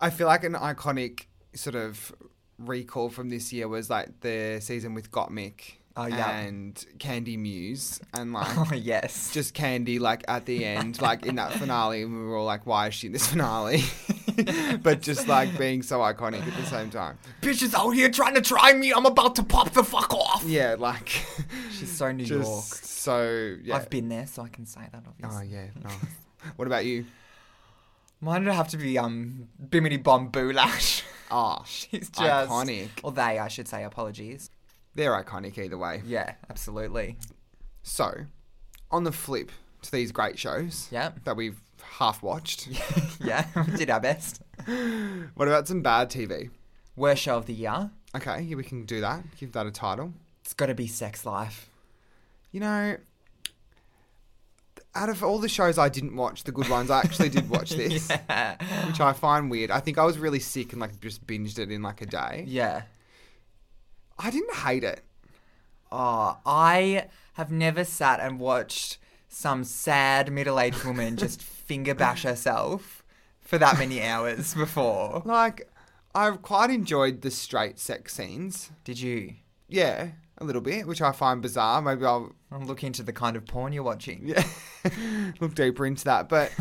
Speaker 3: I feel like an iconic sort of recall from this year was, like, the season with Gottmik
Speaker 4: Oh, yeah.
Speaker 3: and Candy Muse and like
Speaker 4: Oh, yes.
Speaker 3: just Candy like at the end, like in that finale, we were all like, why is she in this finale? but just like being so iconic at the same time.
Speaker 4: bitches out here trying to try me. I'm about to pop the fuck off.
Speaker 3: Yeah, like
Speaker 4: She's so New
Speaker 3: just
Speaker 4: York.
Speaker 3: so yeah.
Speaker 4: I've been there, so I can say that,
Speaker 3: Oh
Speaker 4: obviously.
Speaker 3: yeah, nice. what about you?
Speaker 4: Mine would have to be um, Bimini Bomboulash. Lash.
Speaker 3: Ah,
Speaker 4: She's just.
Speaker 3: iconic.
Speaker 4: Or they, I should say, apologies.
Speaker 3: They're iconic either way.
Speaker 4: Yeah, absolutely.
Speaker 3: So, on the flip to these great shows
Speaker 4: Yep.
Speaker 3: that we've half watched,
Speaker 4: yeah, we did our best.
Speaker 3: what about some bad TV?
Speaker 4: Worst show of the year.
Speaker 3: Okay, yeah, we can do that. Give that a title.
Speaker 4: It's got to be Sex Life.
Speaker 3: You know, out of all the shows I didn't watch, the good ones, I actually did watch this,
Speaker 4: yeah.
Speaker 3: which I find weird. I think I was really sick and like just binged it in like a day.
Speaker 4: Yeah.
Speaker 3: I didn't hate it.
Speaker 4: Oh, I have never sat and watched some sad middle aged woman just finger bash herself for that many hours before.
Speaker 3: Like, I quite enjoyed the straight sex scenes.
Speaker 4: Did you?
Speaker 3: Yeah, a little bit, which I find bizarre. Maybe I'll
Speaker 4: I'm looking into the kind of porn you're watching.
Speaker 3: yeah, look deeper into that. But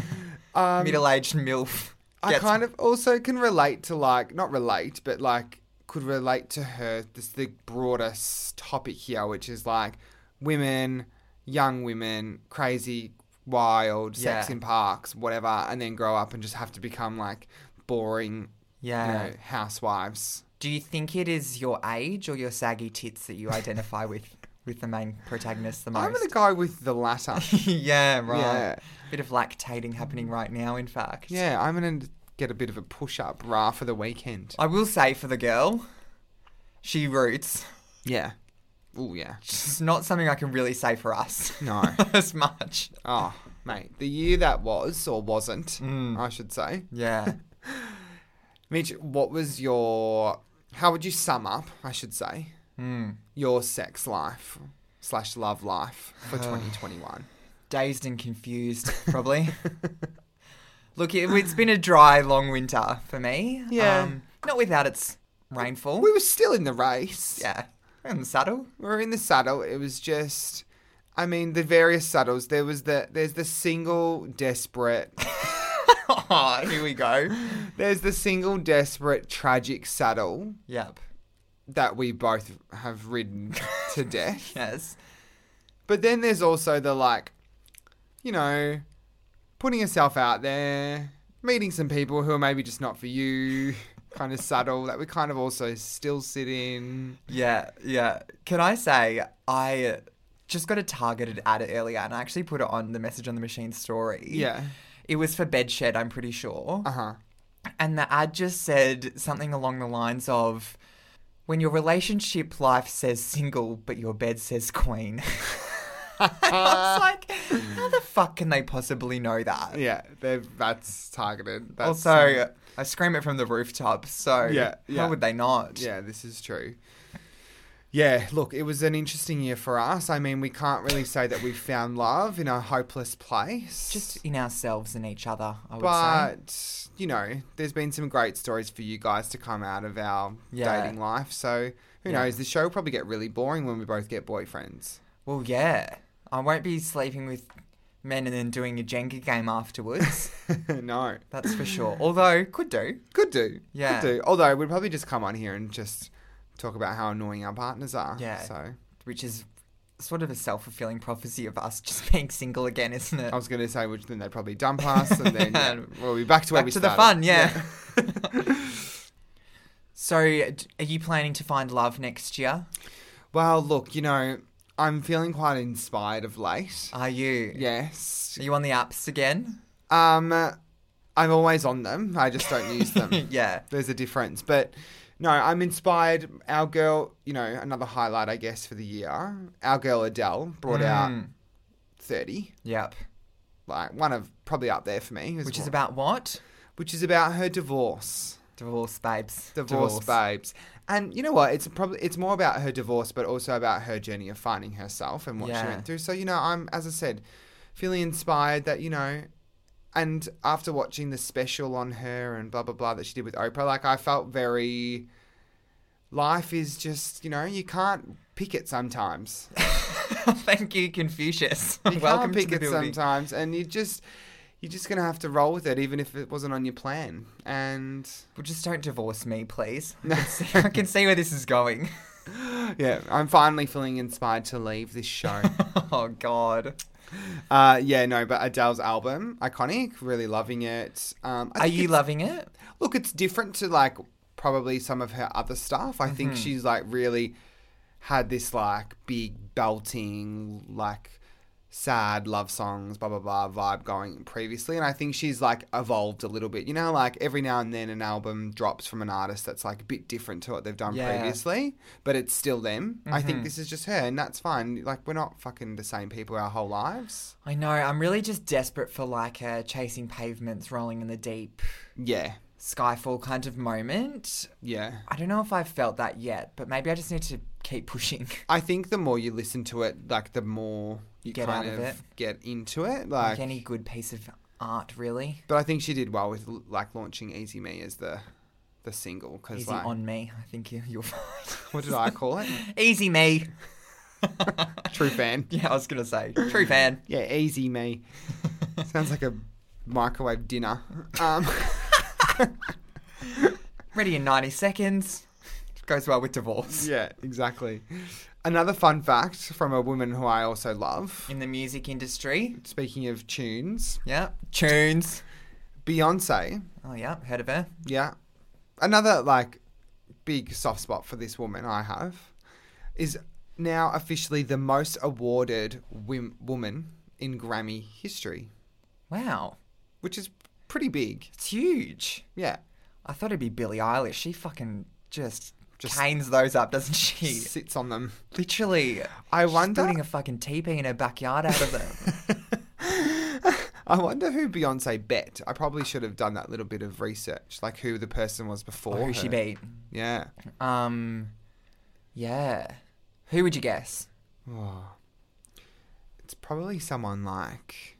Speaker 3: um,
Speaker 4: Middle aged MILF.
Speaker 3: I
Speaker 4: gets-
Speaker 3: kind of also can relate to like not relate, but like could relate to her this the broader s- topic here, which is like women, young women, crazy, wild, sex
Speaker 4: Yeah.
Speaker 3: in parks, whatever, and then grow up and just have to become like boring, you
Speaker 4: Yeah.
Speaker 3: know, housewives.
Speaker 4: Do you think it is your age or your saggy tits that you identify with with the main protagonist the
Speaker 3: I'm gonna
Speaker 4: most?
Speaker 3: go with the latter.
Speaker 4: yeah, right.
Speaker 3: Yeah.
Speaker 4: Bit of lactating happening right now, in fact.
Speaker 3: yeah, I'm gonna get a bit of a push up ra for the weekend.
Speaker 4: I will say for the girl, she roots.
Speaker 3: Yeah. Oh yeah.
Speaker 4: It's not something I can really say for us.
Speaker 3: No.
Speaker 4: as much.
Speaker 3: Oh, mate, the year that was or wasn't, I should say.
Speaker 4: Yeah.
Speaker 3: Mitch, what was your? How would you sum up? I should say
Speaker 4: Mm.
Speaker 3: your sex life slash love life for 2021.
Speaker 4: Dazed and confused, probably. Look, it, it's been a dry, long winter for me. Um,
Speaker 3: Yeah.
Speaker 4: not without its rainfall.
Speaker 3: We were still in the race.
Speaker 4: yeah. We're in the saddle.
Speaker 3: we were in the saddle. It was just, I mean, the various saddles. There was the there's the single desperate.
Speaker 4: oh, here we go.
Speaker 3: there's the single desperate tragic saddle
Speaker 4: Yep.
Speaker 3: that we both have ridden to death.
Speaker 4: Yes.
Speaker 3: But then there's also the like, you know, putting yourself out there, meeting some people who are maybe just not for you, kind of subtle that we kind of also still sit in.
Speaker 4: Yeah, yeah. Can I say I just got a targeted ad earlier and I actually put it on the message on the machine story.
Speaker 3: Yeah.
Speaker 4: It was for bedshed, I'm pretty sure.
Speaker 3: Uh huh.
Speaker 4: And the ad just said something along the lines of when your relationship life says single, but your bed says queen. I was like, how the fuck can they possibly know that?
Speaker 3: Yeah, they're- that's targeted. That's, um,
Speaker 4: also, I scream it from the rooftop, so
Speaker 3: Yeah, yeah.
Speaker 4: how would they not?
Speaker 3: yeah, this is true. Yeah, look, it was an interesting year for us. I mean, we can't really say that we found love in a hopeless place.
Speaker 4: Just in ourselves and each other, I would
Speaker 3: But
Speaker 4: say.
Speaker 3: you know, there's been some great stories for you guys to come out of our
Speaker 4: Yeah.
Speaker 3: dating life. So who
Speaker 4: Yeah.
Speaker 3: knows? The show will probably get really boring when we both get boyfriends.
Speaker 4: Well, yeah. I won't be sleeping with men and then doing a Jenga game afterwards.
Speaker 3: no,
Speaker 4: That's for sure. Although, could do.
Speaker 3: could do.
Speaker 4: Yeah.
Speaker 3: could do. Although we'd probably just come on here and just talk about how annoying our partners are.
Speaker 4: Yeah.
Speaker 3: So
Speaker 4: which is sort of a self fulfilling prophecy of us just being single again, isn't it?
Speaker 3: I was going to say, which then they'd probably dump us, and then yeah, we'll be back to where
Speaker 4: Back
Speaker 3: we
Speaker 4: to
Speaker 3: started.
Speaker 4: the fun, yeah. so, d- are you planning to find love next year?
Speaker 3: Well, look, you know, I'm feeling quite inspired of late.
Speaker 4: Are you?
Speaker 3: Yes.
Speaker 4: Are you on the apps again?
Speaker 3: Um, I'm always on them. I just don't use them.
Speaker 4: yeah.
Speaker 3: there's a difference. But no, I'm inspired. Our girl, you know, another highlight, I guess, for the year. Our girl Adele brought out
Speaker 4: Mm,
Speaker 3: 30,
Speaker 4: Yep.
Speaker 3: like one of probably up there for me,
Speaker 4: Which is
Speaker 3: one-
Speaker 4: about what?
Speaker 3: which is about her divorce,
Speaker 4: Divorce, babes.
Speaker 3: divorce, babes. And you know what? It's probably it's more about her divorce, but also about her journey of finding herself and what she
Speaker 4: Yeah.
Speaker 3: went through. So you know, I'm as I said, feeling inspired that you know. And after watching the special on her and blah blah blah that she did with Oprah, like I felt very life is just, you know, you can't pick it sometimes.
Speaker 4: Thank you, Confucius.
Speaker 3: You
Speaker 4: Welcome
Speaker 3: can't pick
Speaker 4: to the
Speaker 3: it
Speaker 4: building.
Speaker 3: sometimes, and you just you're just gonna have to roll with it, even if it wasn't on your plan. And
Speaker 4: Well, just don't divorce me, please. I can see- I can see where this is going.
Speaker 3: yeah, I'm finally feeling inspired to leave this show.
Speaker 4: oh God.
Speaker 3: uh, yeah, no, but Adele's album, iconic, really loving it. Um, I
Speaker 4: Are
Speaker 3: think
Speaker 4: you
Speaker 3: it's-
Speaker 4: loving it?
Speaker 3: Look, it's different to like probably some of her other stuff. I
Speaker 4: Mm-hmm.
Speaker 3: think she's like really had this like big belting like sad love songs blah blah blah vibe going previously and i think she's like evolved a little bit you know like every now and then an album drops from an artist that's like a bit different to what they've done
Speaker 4: Yeah. Mm-hmm.
Speaker 3: previously but it's still them i think this is just her and that's fine like we're not fucking the same people our whole lives
Speaker 4: I know. I'm really just desperate for like a chasing pavements, rolling in the deep,
Speaker 3: yeah
Speaker 4: skyfall kind of moment.
Speaker 3: yeah
Speaker 4: I don't know if I've felt that yet, but maybe I just need to keep pushing.
Speaker 3: I think the more you listen to it, like the more you
Speaker 4: Get
Speaker 3: kind
Speaker 4: out of
Speaker 3: of,
Speaker 4: it.
Speaker 3: get into it.
Speaker 4: Like
Speaker 3: Like,
Speaker 4: any good piece of art, really.
Speaker 3: but I think she did well with like launching "Easy Me" as the the single because
Speaker 4: Easy
Speaker 3: like,
Speaker 4: on me. I think you, you'll find.
Speaker 3: what did I call it?
Speaker 4: Easy me.
Speaker 3: True fan.
Speaker 4: Yeah, I was gonna say true fan.
Speaker 3: Yeah, "Easy Me" sounds like a microwave dinner. Um,
Speaker 4: Ready in 90 seconds. Goes well with divorce.
Speaker 3: yeah, exactly. Another fun fact from a woman who I also love.
Speaker 4: In the music industry.
Speaker 3: Speaking of tunes,
Speaker 4: Yeah. Tunes.
Speaker 3: Beyonce.
Speaker 4: Oh yeah, heard of her.
Speaker 3: Yeah. Another like big soft spot for this woman I have is now officially the most awarded wim- woman in Grammy history,
Speaker 4: Wow.
Speaker 3: which is pretty big.
Speaker 4: It's huge.
Speaker 3: Yeah.
Speaker 4: I thought it'd be Billie Eilish. She fucking just,
Speaker 3: Just-
Speaker 4: canes those up, doesn't she?
Speaker 3: Sits on them.
Speaker 4: Literally.
Speaker 3: I
Speaker 4: she's
Speaker 3: wonder-
Speaker 4: building a fucking teepee in her backyard out of them.
Speaker 3: I wonder who Beyonce bet. I probably should have done that little bit of research, like who the person was before.
Speaker 4: or Oh, who she
Speaker 3: her.
Speaker 4: beat.
Speaker 3: Yeah.
Speaker 4: Um. Yeah. Who would you guess?
Speaker 3: Oh. It's probably someone like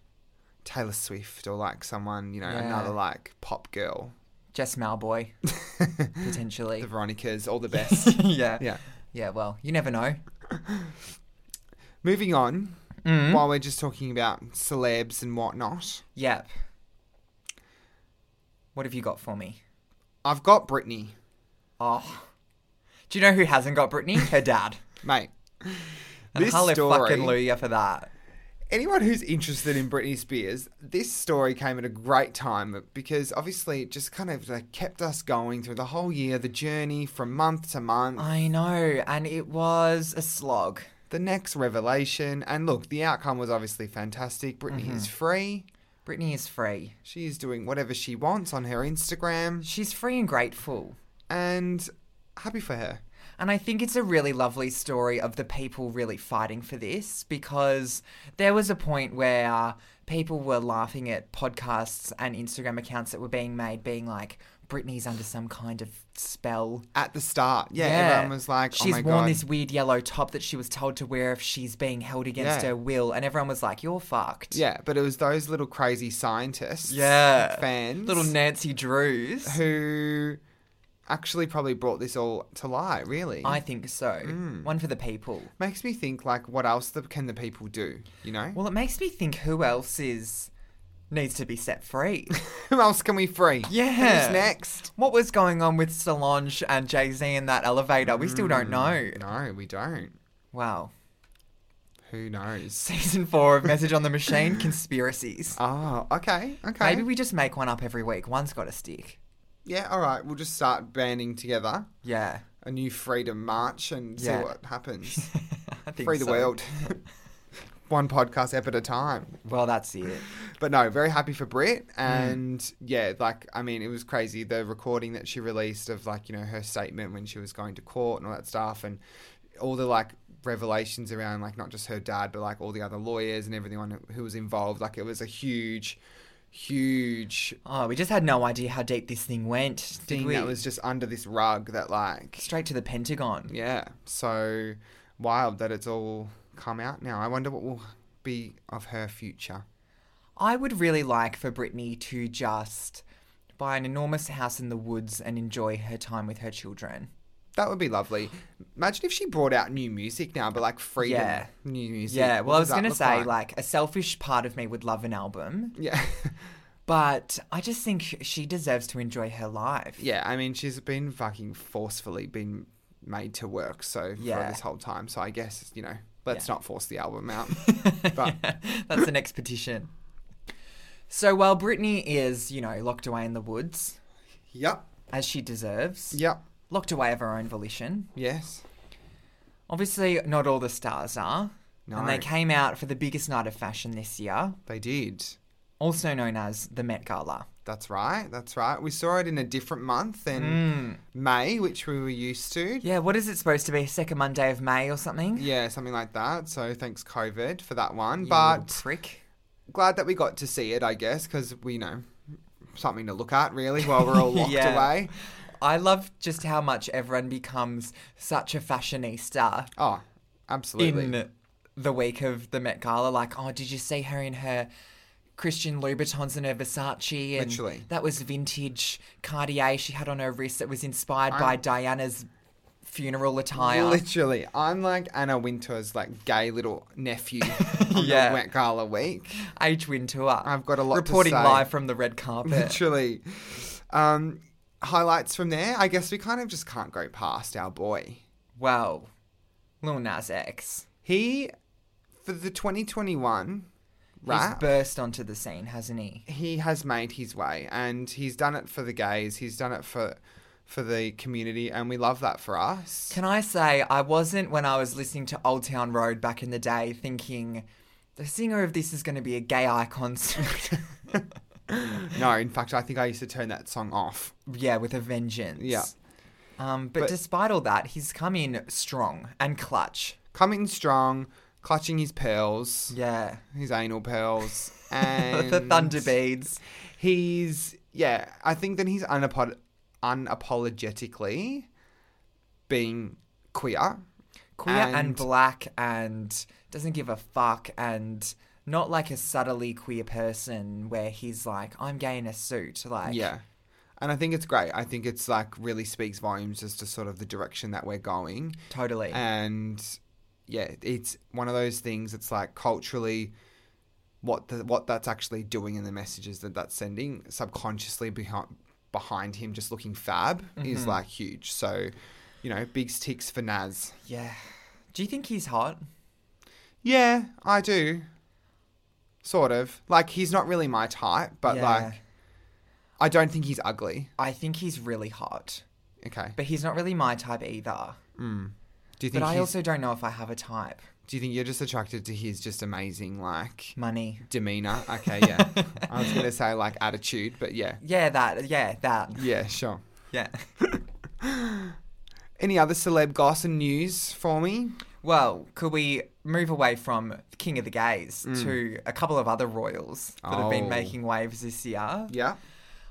Speaker 3: Taylor Swift or like someone, you know,
Speaker 4: Yeah.
Speaker 3: another like pop girl.
Speaker 4: Jess Malboy, potentially.
Speaker 3: The Veronicas, all the best.
Speaker 4: yeah.
Speaker 3: yeah.
Speaker 4: Yeah. Well, you never know.
Speaker 3: Moving on,
Speaker 4: Mm.
Speaker 3: while we're just talking about celebs and whatnot,
Speaker 4: Yep. What have you got for me?
Speaker 3: I've got Britney,
Speaker 4: Oh. Do you know who hasn't got Britney? Her dad.
Speaker 3: mate.
Speaker 4: And
Speaker 3: This
Speaker 4: fucking
Speaker 3: story,
Speaker 4: Luya for that.
Speaker 3: anyone who's interested in Britney Spears, this story came at a great time because obviously it just kind of like kept us going through the whole year, the journey from month to month,
Speaker 4: I know, and it was a slog.
Speaker 3: the next revelation. And look, the outcome was obviously fantastic. Britney
Speaker 4: Mm-hmm.
Speaker 3: is free.
Speaker 4: Britney is free.
Speaker 3: She is doing whatever she wants on her Instagram,
Speaker 4: She's free and grateful.
Speaker 3: and happy for her.
Speaker 4: And I think it's a really lovely story of the people really fighting for this because there was a point where people were laughing at podcasts and Instagram accounts that were being made, being like, Britney's under some kind of spell.
Speaker 3: At the start, yeah, everyone was like, "Oh
Speaker 4: she's
Speaker 3: my
Speaker 4: worn
Speaker 3: god,
Speaker 4: this weird yellow top that she was told to wear if she's being held against
Speaker 3: Yeah.
Speaker 4: her will. And everyone was like, you're fucked.
Speaker 3: Yeah, but it was those little crazy scientists,
Speaker 4: Yeah.
Speaker 3: fans,
Speaker 4: Little Nancy Drews.
Speaker 3: who actually probably brought this all to light. Really,
Speaker 4: I think so.
Speaker 3: Mm.
Speaker 4: One for the people.
Speaker 3: makes me think like, what else the, can the people do? You know,
Speaker 4: Well, it makes me think who else is needs to be set free.
Speaker 3: who else can we free?
Speaker 4: Yeah.
Speaker 3: who's next?
Speaker 4: what was going on with Solange and Jay Z in that elevator? We still don't know.
Speaker 3: Mm. No, we don't.
Speaker 4: Wow.
Speaker 3: Who knows?
Speaker 4: Season four of Message on the Machine conspiracies.
Speaker 3: Oh, okay, okay.
Speaker 4: Maybe we just make one up every week. One's got to stick.
Speaker 3: yeah, all right. We'll just start banding together
Speaker 4: Yeah.
Speaker 3: a new freedom march and
Speaker 4: Yeah.
Speaker 3: see what happens.
Speaker 4: I think
Speaker 3: Free the
Speaker 4: so.
Speaker 3: world. One podcast ep at a time.
Speaker 4: Well, that's it.
Speaker 3: But no, very happy for
Speaker 4: Mm.
Speaker 3: Brit. And yeah, like, I mean, it was crazy. The recording that she released of, like, you know, her statement when she was going to court and all that stuff, and all the, like, revelations around, like, not just her dad, but, like, all the other lawyers and everyone who was involved. Like, it was a huge, huge
Speaker 4: Oh, we just had no idea how deep this thing went. Did
Speaker 3: thing
Speaker 4: we?
Speaker 3: that was just under this rug that, like,
Speaker 4: straight to the Pentagon.
Speaker 3: yeah. So wild that it's all come out now. I wonder what will be of her future.
Speaker 4: I would really like for Britney to just buy an enormous house in the woods and enjoy her time with her children.
Speaker 3: That would be lovely. Imagine if she brought out new music now, but like freedom
Speaker 4: Yeah.
Speaker 3: new music.
Speaker 4: Yeah,
Speaker 3: What
Speaker 4: well, I
Speaker 3: does
Speaker 4: was
Speaker 3: that
Speaker 4: going to
Speaker 3: look
Speaker 4: say, like, a selfish part of me would love an album,
Speaker 3: yeah,
Speaker 4: but I just think sh- she deserves to enjoy her life.
Speaker 3: yeah. I mean, she's been fucking forcefully been made to work so
Speaker 4: Yeah.
Speaker 3: for this whole time. So I guess you know, let's not force the album out. But-
Speaker 4: That's the next petition. So while Britney is, you know, locked away in the woods,
Speaker 3: yep,
Speaker 4: as she deserves,
Speaker 3: yep,
Speaker 4: locked away of her own volition,
Speaker 3: yes.
Speaker 4: obviously not all the stars are.
Speaker 3: No,
Speaker 4: And they came out for the biggest night of fashion this year,
Speaker 3: they did.
Speaker 4: also known as the Met Gala.
Speaker 3: That's right. That's right. We saw it in a different month than May, which we were used to.
Speaker 4: Mm. Yeah, what is it supposed to be? Second Monday of May or something?
Speaker 3: Yeah, something like that. So thanks COVID for that one.
Speaker 4: You little
Speaker 3: but
Speaker 4: prick.
Speaker 3: glad that we got to see it, I guess, because we you know something to look at really while we're all locked
Speaker 4: Yeah.
Speaker 3: away.
Speaker 4: I love just how much everyone becomes such a fashionista
Speaker 3: Oh, absolutely.
Speaker 4: in the week of the Met Gala. Like, oh, did you see her in her Christian Louboutins and her Versace? And
Speaker 3: Literally.
Speaker 4: That was vintage Cartier she had on her wrist that was inspired by Diana's funeral attire.
Speaker 3: Literally, I'm like Anna Wintour's like gay little nephew on
Speaker 4: Yeah.
Speaker 3: the Wet Gala week.
Speaker 4: H. Wintour.
Speaker 3: I've got a lot to
Speaker 4: Reporting
Speaker 3: say.
Speaker 4: live from the red carpet.
Speaker 3: Literally, um, highlights from there. I guess we kind of just can't go past our boy.
Speaker 4: wow. Lil Nas X.
Speaker 3: He for the 2021
Speaker 4: He's
Speaker 3: rap.
Speaker 4: burst onto the scene, hasn't he?
Speaker 3: he has made his way and he's done it for the gays he's done it for for the community and we love that for us
Speaker 4: Can I say, I wasn't when I was listening to Old Town Road back in the day thinking the singer of this is going to be a gay icon soon.
Speaker 3: no in fact i think i used to turn that song off
Speaker 4: yeah, with a vengeance.
Speaker 3: Yeah.
Speaker 4: Um, but,
Speaker 3: But-
Speaker 4: despite all that, he's come in strong and clutch.
Speaker 3: coming strong clutching his pearls
Speaker 4: Yeah.
Speaker 3: his anal pearls and
Speaker 4: the Thunder Beads.
Speaker 3: he's yeah i think that he's unapod- unapologetically being queer
Speaker 4: Queer and,
Speaker 3: and-
Speaker 4: black and doesn't give a fuck and not like a subtly queer person where he's like, I'm gay in a suit. Like,
Speaker 3: yeah and i think it's great i think it's like really speaks volumes as to sort of the direction that we're going
Speaker 4: totally.
Speaker 3: and yeah, it's one of those things. It's like culturally, what the what that's actually doing and the messages that that's sending subconsciously behind behind him just looking fab
Speaker 4: Mm-hmm.
Speaker 3: is like huge. So, you know, big sticks for Naz.
Speaker 4: yeah. Do you think he's hot?
Speaker 3: Yeah, I do. Sort of like he's not really my type, but
Speaker 4: Yeah.
Speaker 3: like I don't think he's ugly.
Speaker 4: I think he's really hot,
Speaker 3: Okay.
Speaker 4: but he's not really my type either.
Speaker 3: Do you
Speaker 4: But
Speaker 3: think?
Speaker 4: I
Speaker 3: he's-
Speaker 4: also don't know if I have a type.
Speaker 3: do you think you're just attracted to his just amazing like
Speaker 4: Money.
Speaker 3: demeanor. Okay, yeah. I was gonna say like attitude, but yeah,
Speaker 4: Yeah, that. Yeah, that.
Speaker 3: yeah, sure.
Speaker 4: Yeah.
Speaker 3: Any other celeb gossip and news for me?
Speaker 4: Well, could we move away from the King of the Gays to a couple of other royals that have been
Speaker 3: Mm. Oh.
Speaker 4: making waves this year?
Speaker 3: Yeah.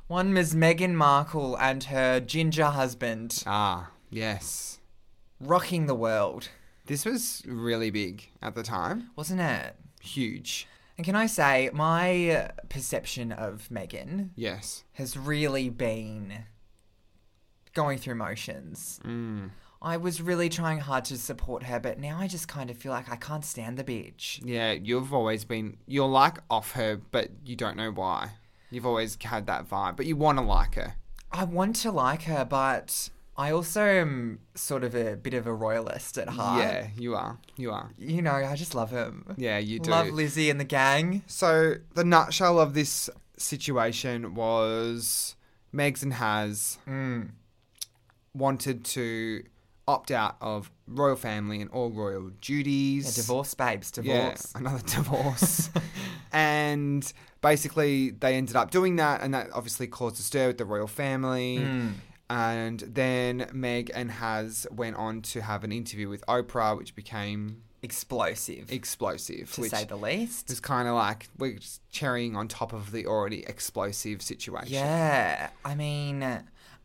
Speaker 4: One Ms. Meghan Markle and her ginger husband
Speaker 3: Ah, yes.
Speaker 4: rocking the world,
Speaker 3: This was really big at the time.
Speaker 4: wasn't it?
Speaker 3: Huge.
Speaker 4: And can I say, my perception of Meghan
Speaker 3: Yes.
Speaker 4: has really been going through motions.
Speaker 3: Mm.
Speaker 4: I was really trying hard to support her, but now I just kind of feel like I can't stand the bitch.
Speaker 3: Yeah, you've always been you're like off her, but you don't know why. You've always had that vibe, but you want to like her.
Speaker 4: I want to like her, but I also am sort of a bit of a royalist at heart.
Speaker 3: Yeah, you are. You are.
Speaker 4: You know, I just love him.
Speaker 3: Yeah, you do.
Speaker 4: Love Lizzie and the gang.
Speaker 3: So the nutshell of this situation was Megs and Has
Speaker 4: Mm.
Speaker 3: wanted to opt out of royal family and all royal
Speaker 4: Yeah,
Speaker 3: duties.
Speaker 4: divorce, babes,
Speaker 3: Yeah,
Speaker 4: divorce.
Speaker 3: another divorce. and basically, they ended up doing that, and that obviously caused a stir with the royal family.
Speaker 4: Mm.
Speaker 3: And then Meg and Has went on to have an interview with Oprah, which became
Speaker 4: Explosive,
Speaker 3: explosive.
Speaker 4: to
Speaker 3: which
Speaker 4: say the least.
Speaker 3: it's kind of like we're just cherrying on top of the already explosive situation.
Speaker 4: Yeah, I mean,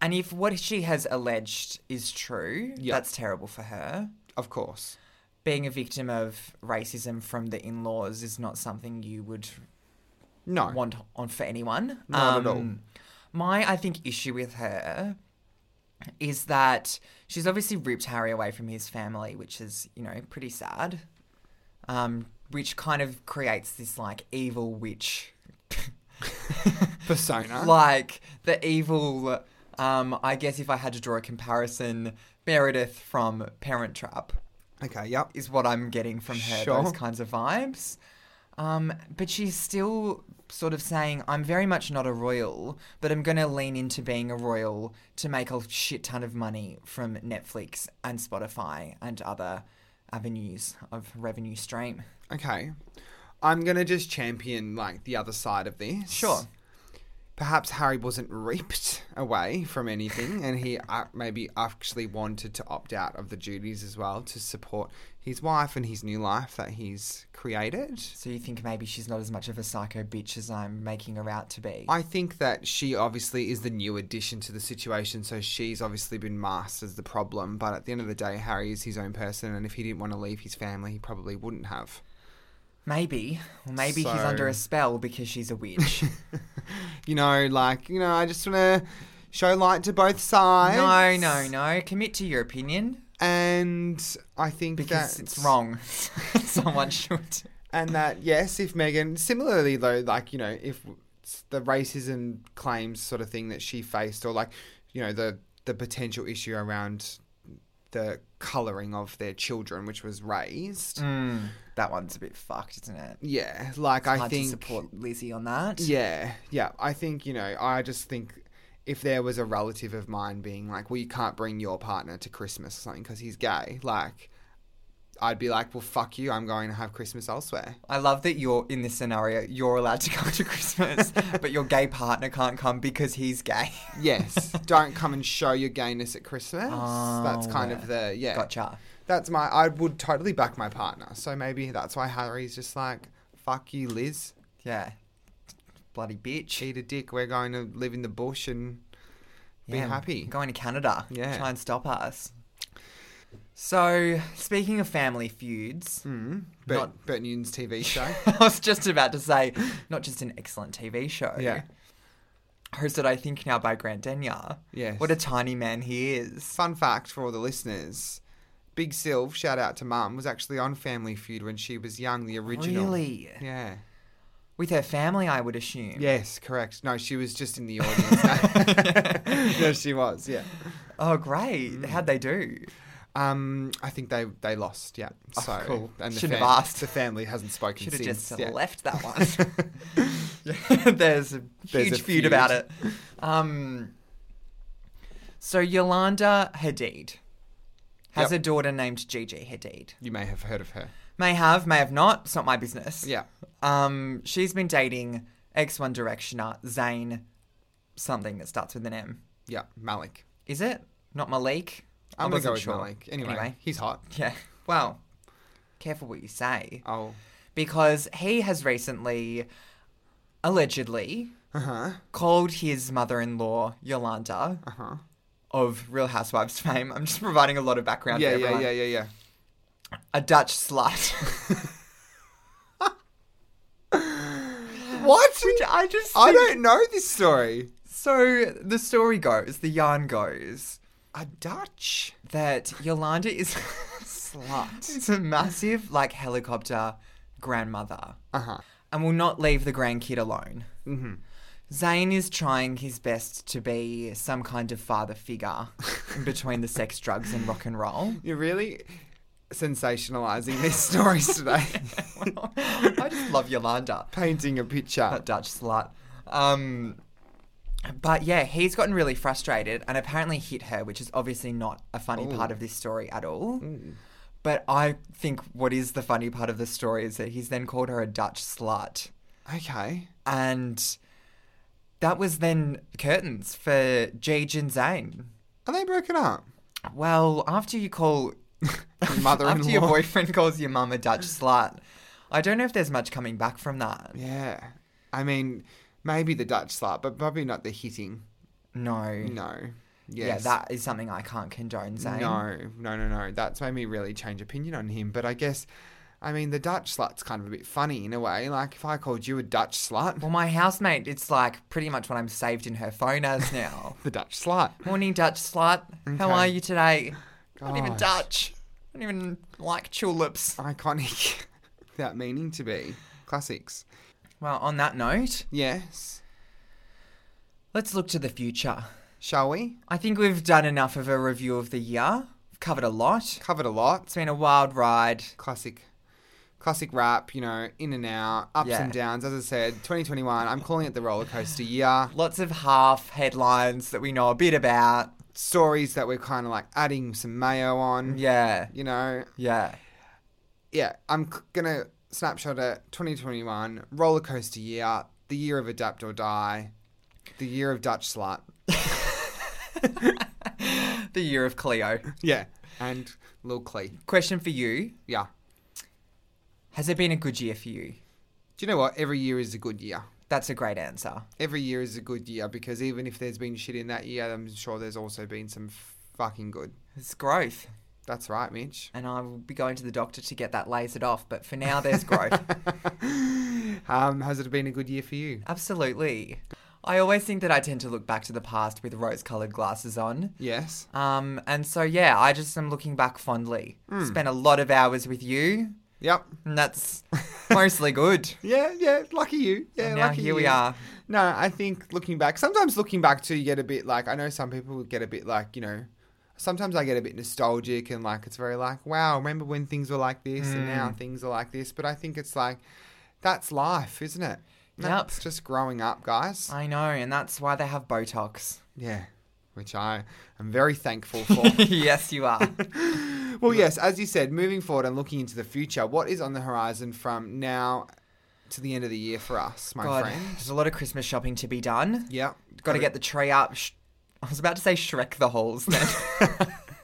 Speaker 4: and if what she has alleged is true,
Speaker 3: Yeah.
Speaker 4: that's terrible for her.
Speaker 3: Of course.
Speaker 4: Being a victim of racism from the in laws is not something you would
Speaker 3: No.
Speaker 4: want on for anyone. Um,
Speaker 3: Not at all.
Speaker 4: My, I think, issue with her is that she's obviously ripped Harry away from his family, which is, you know, pretty sad. Um, which kind of creates this like evil witch
Speaker 3: Persona.
Speaker 4: like the evil um I guess if I had to draw a comparison, Meredith from Parent Trap
Speaker 3: okay, yep.
Speaker 4: is what I'm getting from her,
Speaker 3: Sure.
Speaker 4: those kinds of vibes. Um, but she's still sort of saying, I'm very much not a royal, but I'm going to lean into being a royal to make a shit ton of money from Netflix and Spotify and other avenues of revenue stream.
Speaker 3: Okay. I'm going to just champion like the other side of this.
Speaker 4: Sure.
Speaker 3: Perhaps Harry wasn't reaped away from anything and he uh, maybe actually wanted to opt out of the duties as well to support his wife and his new life that he's created.
Speaker 4: So you think maybe she's not as much of a psycho bitch as I'm making her out to be?
Speaker 3: I think that she obviously is the new addition to the situation, so she's obviously been masked as the problem. But at the end of the day, Harry is his own person, and if he didn't want to leave his family, he probably wouldn't have.
Speaker 4: Maybe. Or maybe he's
Speaker 3: So-
Speaker 4: under a spell because she's a witch.
Speaker 3: You know, like, you know, I just want to show light to both
Speaker 4: no,
Speaker 3: sides.
Speaker 4: no, no. Commit to your opinion
Speaker 3: And I think
Speaker 4: because
Speaker 3: that
Speaker 4: it's wrong. Someone should.
Speaker 3: And that, yes, if Megan, similarly though, like, you know, if it's the racism claims sort of thing that she faced, or like, you know, the, the potential issue around the colouring of their children, which was
Speaker 4: Mm.
Speaker 3: raised.
Speaker 4: that one's a bit fucked, isn't it?
Speaker 3: Yeah. Like, Mm. I
Speaker 4: Hard
Speaker 3: think.
Speaker 4: to support Lizzie on that.
Speaker 3: Yeah. Yeah. I think, you know, I just think if there was a relative of mine being like, well, you can't bring your partner to Christmas or something because he's gay, like, I'd be like, well, fuck you. I'm going to have Christmas elsewhere.
Speaker 4: I love that you're in this scenario. You're allowed to come to Christmas, but your gay partner can't come because he's gay.
Speaker 3: Yes. Don't come and show your gayness at Christmas. that's kind
Speaker 4: Oh,
Speaker 3: of the yeah.
Speaker 4: Gotcha.
Speaker 3: That's my I would totally back my partner. So maybe that's why Harry's just like, fuck you, Liz.
Speaker 4: Yeah. Bloody bitch.
Speaker 3: Eat a dick. We're going to live in the bush and be
Speaker 4: Yeah,
Speaker 3: happy.
Speaker 4: Going to Canada.
Speaker 3: Yeah.
Speaker 4: Try and stop us. So, speaking of family feuds,
Speaker 3: Mm. Bert,
Speaker 4: Hmm. Not-
Speaker 3: Bert Newton's TV show.
Speaker 4: I was just about to say, not just an excellent TV show.
Speaker 3: Yeah.
Speaker 4: Hosted, I think, now by Grant Denyer.
Speaker 3: Yes.
Speaker 4: What a tiny man he is.
Speaker 3: Fun fact for all the listeners. Big Sylv, shout out to Mum, was actually on Family Feud when she was young, the original.
Speaker 4: Really?
Speaker 3: Yeah.
Speaker 4: With her family, I would assume.
Speaker 3: Yes, correct. No, she was just in the audience. no, she was, yeah.
Speaker 4: Oh,
Speaker 3: Mm.
Speaker 4: great. How'd they do?
Speaker 3: Um, I think they they lost. Yeah.
Speaker 4: Oh,
Speaker 3: So
Speaker 4: cool.
Speaker 3: And the,
Speaker 4: Shouldn't
Speaker 3: fam-
Speaker 4: have asked.
Speaker 3: the family hasn't spoken
Speaker 4: Should have
Speaker 3: since.
Speaker 4: just
Speaker 3: yeah.
Speaker 4: left that one. There's a
Speaker 3: There's
Speaker 4: huge
Speaker 3: a
Speaker 4: feud,
Speaker 3: feud.
Speaker 4: about it. Um, so Yolanda Hadid has
Speaker 3: Yep.
Speaker 4: a daughter named Gigi Hadid.
Speaker 3: You may have heard of her.
Speaker 4: May have, may have not. It's not my business.
Speaker 3: Yeah.
Speaker 4: Um, she's been dating ex One Directioner Zayn, something that starts with an M.
Speaker 3: Yeah. Malik.
Speaker 4: Is it not Malik? I
Speaker 3: I'm gonna
Speaker 4: wasn't
Speaker 3: go with
Speaker 4: sure.
Speaker 3: Malik. Anyway, he's hot.
Speaker 4: yeah. Well, careful what you say
Speaker 3: Oh.
Speaker 4: because he has recently, allegedly,
Speaker 3: Uh huh.
Speaker 4: called his mother-in-law Yolanda
Speaker 3: Uh huh.
Speaker 4: of Real Housewives fame. I'm just providing a lot of background.
Speaker 3: Yeah.
Speaker 4: to
Speaker 3: Yeah.
Speaker 4: everyone.
Speaker 3: Yeah. Yeah. Yeah.
Speaker 4: A Dutch slut. what? Which I just
Speaker 3: I
Speaker 4: think-
Speaker 3: don't know this story.
Speaker 4: So the story goes, the yarn goes
Speaker 3: A Dutch
Speaker 4: that Yolanda is
Speaker 3: slut.
Speaker 4: is a massive like helicopter grandmother
Speaker 3: Uh huh.
Speaker 4: and will not leave the grandkid alone.
Speaker 3: Mm-hmm.
Speaker 4: Zayn is trying his best to be some kind of father figure in between the sex, drugs, and rock and roll.
Speaker 3: You're really sensationalizing these stories today.
Speaker 4: Well, I just love Yolanda,
Speaker 3: Painting a picture.
Speaker 4: that Dutch slut. Um, but yeah, he's gotten really frustrated and apparently hit her, which is obviously not a funny part of this story at all. But I think what is the funny part of the story is that he's then called her a Dutch slut.
Speaker 3: Okay.
Speaker 4: And that was then curtains for Jay and Zane.
Speaker 3: Are they broken up?
Speaker 4: Well, after you call after your
Speaker 3: mother-in-law.
Speaker 4: boyfriend calls your mum a Dutch slut, I don't know if there's much coming back from that.
Speaker 3: Yeah. I mean, maybe the Dutch slut, but probably not the hitting.
Speaker 4: No.
Speaker 3: No.
Speaker 4: Yeah,
Speaker 3: Yes.
Speaker 4: that is something I can't condone, Zane.
Speaker 3: No, no, no, no. That's made me really change opinion on him. But I guess I mean, the Dutch slut's kind of a bit funny in a way. Like, if I called you a Dutch slut,
Speaker 4: Well, my housemate, it's like pretty much what I'm saved in her phone as now.
Speaker 3: the Dutch slut.
Speaker 4: Morning, Dutch slut.
Speaker 3: Okay.
Speaker 4: How are you today? Not even
Speaker 3: Gosh.
Speaker 4: Dutch. I don't even like tulips.
Speaker 3: Iconic without meaning to be. Classics.
Speaker 4: Well, on that note,
Speaker 3: Yes.
Speaker 4: let's look to the future.
Speaker 3: Shall we?
Speaker 4: I think we've done enough of a review of the year. We've covered a lot.
Speaker 3: Covered a lot.
Speaker 4: It's been a wild ride.
Speaker 3: Classic. Classic rap, you know, in and out, ups
Speaker 4: Yeah.
Speaker 3: and downs. As I said, 2021, I'm calling it the roller coaster year.
Speaker 4: Lots of half headlines that we know a bit about.
Speaker 3: Stories that we're kind of like adding some mayo on,
Speaker 4: Yeah,
Speaker 3: you know,
Speaker 4: yeah.
Speaker 3: yeah, I'm c- gonna snapshot it. 2021 roller coaster year, the year of adapt or die, the year of Dutch slut.
Speaker 4: The year of Cleo.
Speaker 3: Yeah, and Lil Clee.
Speaker 4: Question for you
Speaker 3: Yeah.
Speaker 4: Has it been a good year for you?
Speaker 3: Do you know what? Every year is a good year.
Speaker 4: That's a great answer.
Speaker 3: Every year is a good year because even if there's been shit in that year, I'm sure there's also been some fucking good.
Speaker 4: It's growth.
Speaker 3: That's right, Mitch.
Speaker 4: And I will be going to the doctor to get that lasered off, but for now, there's growth.
Speaker 3: Um, has it been a good year for you?
Speaker 4: Absolutely. I always think that I tend to look back to the past with rose coloured glasses on.
Speaker 3: Yes.
Speaker 4: Um, and so, yeah, I just am looking back fondly.
Speaker 3: Hmm.
Speaker 4: Spent a lot of hours with you,
Speaker 3: Yep.
Speaker 4: and that's mostly good.
Speaker 3: Yeah, yeah. Lucky you. Yeah,
Speaker 4: and now
Speaker 3: lucky
Speaker 4: here
Speaker 3: you.
Speaker 4: we are.
Speaker 3: No, I think looking back, sometimes looking back too, you get a bit like, I know some people get a bit like, you know, sometimes I get a bit nostalgic and like, it's very like, wow, remember when things were like this and
Speaker 4: Mm.
Speaker 3: now things are like this. But I think it's like, that's life, isn't it? That's just growing up, guys.
Speaker 4: I know, and that's why they have Botox.
Speaker 3: Yeah. Which I am very thankful for.
Speaker 4: yes, you are.
Speaker 3: well, yes, as you said, moving forward and looking into the future, what is on the horizon from now to the end of the year for us, my
Speaker 4: God,
Speaker 3: friend?
Speaker 4: there's a lot of Christmas shopping to be done.
Speaker 3: Yeah.
Speaker 4: Got to get the tree up. Sh- I was about to say Shrek the halls then.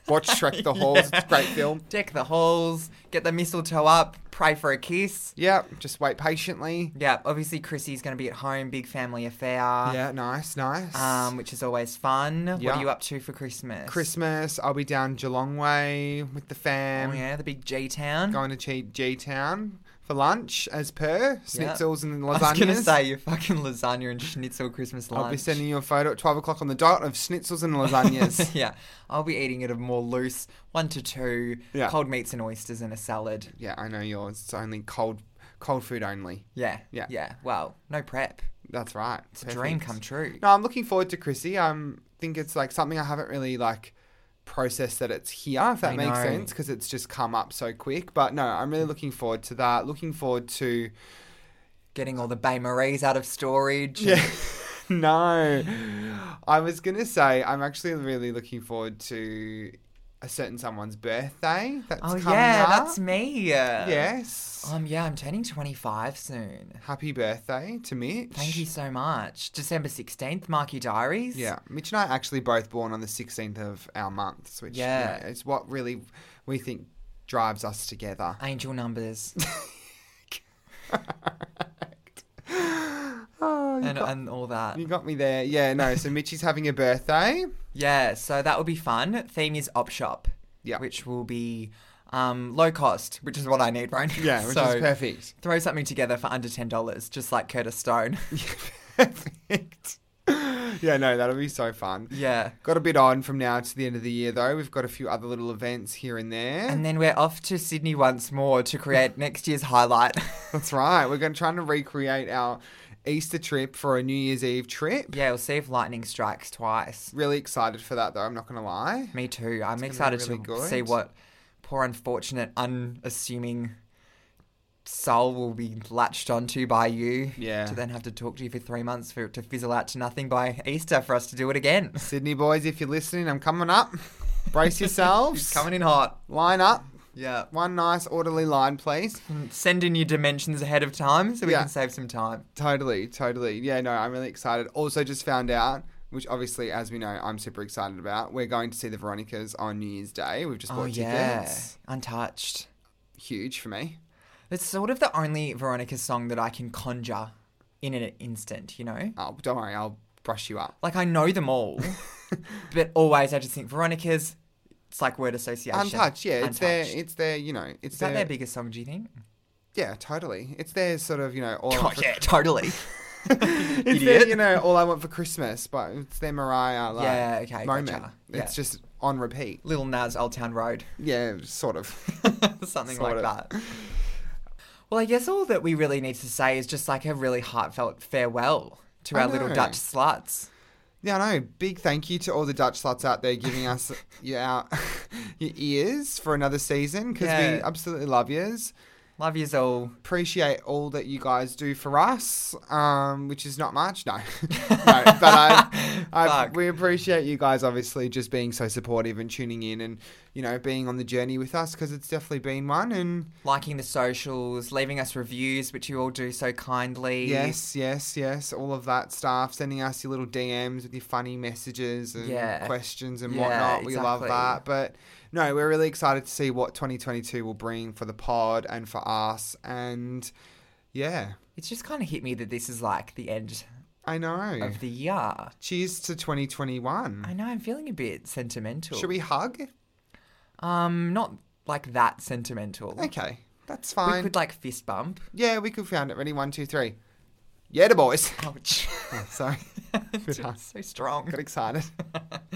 Speaker 3: Watch Shrek the Halls. It's a great film.
Speaker 4: Deck the halls, get the mistletoe up, pray for a kiss.
Speaker 3: Yeah, just wait patiently.
Speaker 4: Yeah, obviously Chrissy's going to be at home, big family affair.
Speaker 3: Yeah, nice, nice.
Speaker 4: Um, which is always fun. What
Speaker 3: Yeah.
Speaker 4: are you up to for Christmas?
Speaker 3: Christmas, I'll be down Geelong way with the
Speaker 4: Oh,
Speaker 3: fam.
Speaker 4: yeah, the big G town.
Speaker 3: Going to G-, G Town for lunch, as per schnitzels and
Speaker 4: I
Speaker 3: lasagnas.
Speaker 4: was going to say your fucking lasagna and schnitzel Christmas lunch.
Speaker 3: I'll be sending you a photo at twelve o'clock on the dot of schnitzels and lasagnas.
Speaker 4: yeah, I'll be eating it a more loose one to two
Speaker 3: Yeah.
Speaker 4: cold meats and oysters and a salad.
Speaker 3: yeah, I know yours. It's only cold, cold food only.
Speaker 4: Yeah,
Speaker 3: Yeah.
Speaker 4: yeah. Well, no prep.
Speaker 3: That's right.
Speaker 4: It's a dream
Speaker 3: Perfect.
Speaker 4: come true.
Speaker 3: No, I'm looking forward to Chrissy. I um, think it's like something I haven't really like processed that it's here, if that
Speaker 4: I
Speaker 3: makes
Speaker 4: know.
Speaker 3: sense, because it's just come up so quick. But no, I'm really looking forward to that. Looking forward to
Speaker 4: Getting all the Bay Maries out of storage. and-
Speaker 3: yeah. no, I was gonna say I'm actually really looking forward to a certain someone's birthday. That's
Speaker 4: Oh
Speaker 3: coming
Speaker 4: yeah,
Speaker 3: up.
Speaker 4: that's me.
Speaker 3: yes.
Speaker 4: Um. Yeah, I'm turning 25 soon.
Speaker 3: Happy birthday to Mitch.
Speaker 4: Thank you so much. December 16th, mark your diaries.
Speaker 3: Yeah, Mitch and I are actually both born on the 16th of our months, which yeah.
Speaker 4: Yeah.
Speaker 3: you know, is what really we think drives us together.
Speaker 4: Angel numbers.
Speaker 3: Oh, you,
Speaker 4: and,
Speaker 3: got,
Speaker 4: and all that.
Speaker 3: you got me there. Yeah, no, so Mitch is having a birthday.
Speaker 4: Yeah, so that will be fun. Theme is op shop.
Speaker 3: Yeah.
Speaker 4: Which will be um, low cost, which is what I need right now.
Speaker 3: Yeah, which
Speaker 4: so
Speaker 3: is perfect.
Speaker 4: Throw something together for under ten dollars, just like Curtis Stone.
Speaker 3: perfect. Yeah, no, that'll be so fun.
Speaker 4: yeah.
Speaker 3: Got a bit on from now to the end of the year, though. We've got a few other little events here and there.
Speaker 4: And then we're off to Sydney once more to create next year's highlight.
Speaker 3: That's right. We're going to try to recreate our Easter trip for a New Year's Eve trip.
Speaker 4: yeah, we'll see if lightning strikes twice.
Speaker 3: Really excited for that, though. I'm not going to lie.
Speaker 4: Me too. I'm
Speaker 3: be
Speaker 4: excited
Speaker 3: really
Speaker 4: to
Speaker 3: good.
Speaker 4: see what poor, unfortunate, unassuming soul will be latched onto by you.
Speaker 3: Yeah.
Speaker 4: To then have to talk to you for three months for it to fizzle out to nothing by Easter for us to do it again.
Speaker 3: Sydney boys, if you're listening, I'm coming up. Brace yourselves.
Speaker 4: It's coming in hot.
Speaker 3: Line up.
Speaker 4: Yeah.
Speaker 3: One nice orderly line, please.
Speaker 4: Send in your dimensions ahead of time so we
Speaker 3: Yeah.
Speaker 4: can save some time.
Speaker 3: Totally, totally. Yeah, no, I'm really excited. Also, just found out, which obviously, as we know, I'm super excited about. We're going to see the Veronicas on New Year's Day. We've just bought
Speaker 4: Oh, yeah.
Speaker 3: tickets.
Speaker 4: Untouched.
Speaker 3: Huge for me.
Speaker 4: It's sort of the only Veronica song that I can conjure in an instant, you know?
Speaker 3: Oh, don't worry, I'll brush you up.
Speaker 4: Like I know them all, but always I just think Veronica's It's like word association.
Speaker 3: Untouched, yeah. It's their,
Speaker 4: Untouched.
Speaker 3: it's their, you know, it's
Speaker 4: Is that
Speaker 3: their,
Speaker 4: their biggest song? Do you think?
Speaker 3: yeah, totally. It's their sort of, you know, all. I
Speaker 4: Oh
Speaker 3: Want for-
Speaker 4: yeah, totally.
Speaker 3: It's
Speaker 4: Idiot.
Speaker 3: their, you know, all I want for Christmas, but it's their Mariah like
Speaker 4: Yeah, okay,
Speaker 3: moment.
Speaker 4: gotcha.
Speaker 3: It's
Speaker 4: Yeah.
Speaker 3: just on repeat.
Speaker 4: Little Nas, Old Town Road,
Speaker 3: Yeah, sort of.
Speaker 4: something
Speaker 3: Sort
Speaker 4: like
Speaker 3: of.
Speaker 4: that. Well, I guess all that we really need to say is just like a really heartfelt farewell to
Speaker 3: I
Speaker 4: our little
Speaker 3: know.
Speaker 4: Dutch sluts.
Speaker 3: Yeah, I know. Big thank you to all the Dutch sluts out there giving us your, our, your ears for another season because we
Speaker 4: Yeah.
Speaker 3: absolutely love yous.
Speaker 4: Love yous all.
Speaker 3: Appreciate all that you guys do for us, um, which is not much. No, no, but I, I,
Speaker 4: Fuck.
Speaker 3: we appreciate you guys obviously just being so supportive and tuning in and you know being on the journey with us because it's definitely been one. And
Speaker 4: Liking the socials, leaving us reviews, which you all do so kindly.
Speaker 3: Yes, yes, yes. All of that stuff. Sending us your little DMs with your funny messages and
Speaker 4: Yeah.
Speaker 3: questions and
Speaker 4: Yeah,
Speaker 3: whatnot. We love
Speaker 4: exactly.
Speaker 3: that. But no, we're really excited to see what 2022 will bring for the pod and for us. And yeah,
Speaker 4: It's just kind of hit me that this is like the end
Speaker 3: I know.
Speaker 4: of the year. I
Speaker 3: Cheers to 2021.
Speaker 4: know I'm feeling a bit sentimental.
Speaker 3: Should we hug?
Speaker 4: Um, not like that sentimental.
Speaker 3: Okay, that's
Speaker 4: We
Speaker 3: fine.
Speaker 4: could like fist bump.
Speaker 3: yeah, we could found it. Ready? One, two, three. Yeah, the boys.
Speaker 4: Ouch.
Speaker 3: Oh, sorry. Good hug.
Speaker 4: so strong.
Speaker 3: got excited.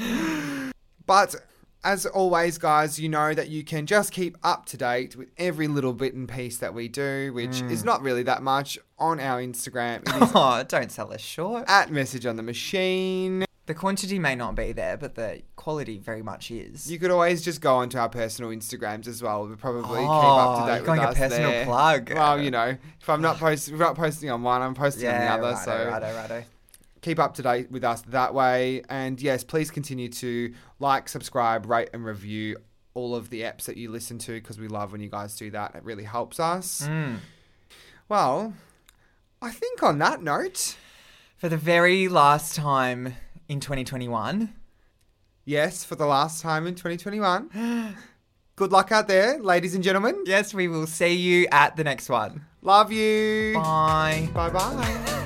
Speaker 3: but as always, guys, you know that you can just keep up to date with every little bit and piece that we do, which
Speaker 4: Mm.
Speaker 3: is not really that much, on our Instagram. It is
Speaker 4: Oh, don't sell us short.
Speaker 3: at Message on the Machine.
Speaker 4: The quantity may not be there, but the quality very much is.
Speaker 3: You could always just go onto our personal Instagrams as well. We'll probably keep
Speaker 4: Oh,
Speaker 3: up to
Speaker 4: you're
Speaker 3: date with
Speaker 4: going a
Speaker 3: us
Speaker 4: personal
Speaker 3: there.
Speaker 4: plug.
Speaker 3: Well, you know, if I'm not post, if I'm not posting on one, I'm posting
Speaker 4: yeah,
Speaker 3: on the other.
Speaker 4: righto,
Speaker 3: so
Speaker 4: righto, righto.
Speaker 3: keep up to date with us that way. And yes, please continue to like, subscribe, rate, and review all of the apps that you listen to because we love when you guys do that. It really helps us.
Speaker 4: Mm.
Speaker 3: Well, I think on that note,
Speaker 4: For the very last time in 2021,
Speaker 3: yes, for the last time in 2021, good luck out there, ladies and gentlemen.
Speaker 4: yes, we will see you at the next one.
Speaker 3: Love you.
Speaker 4: Bye.
Speaker 3: Bye bye.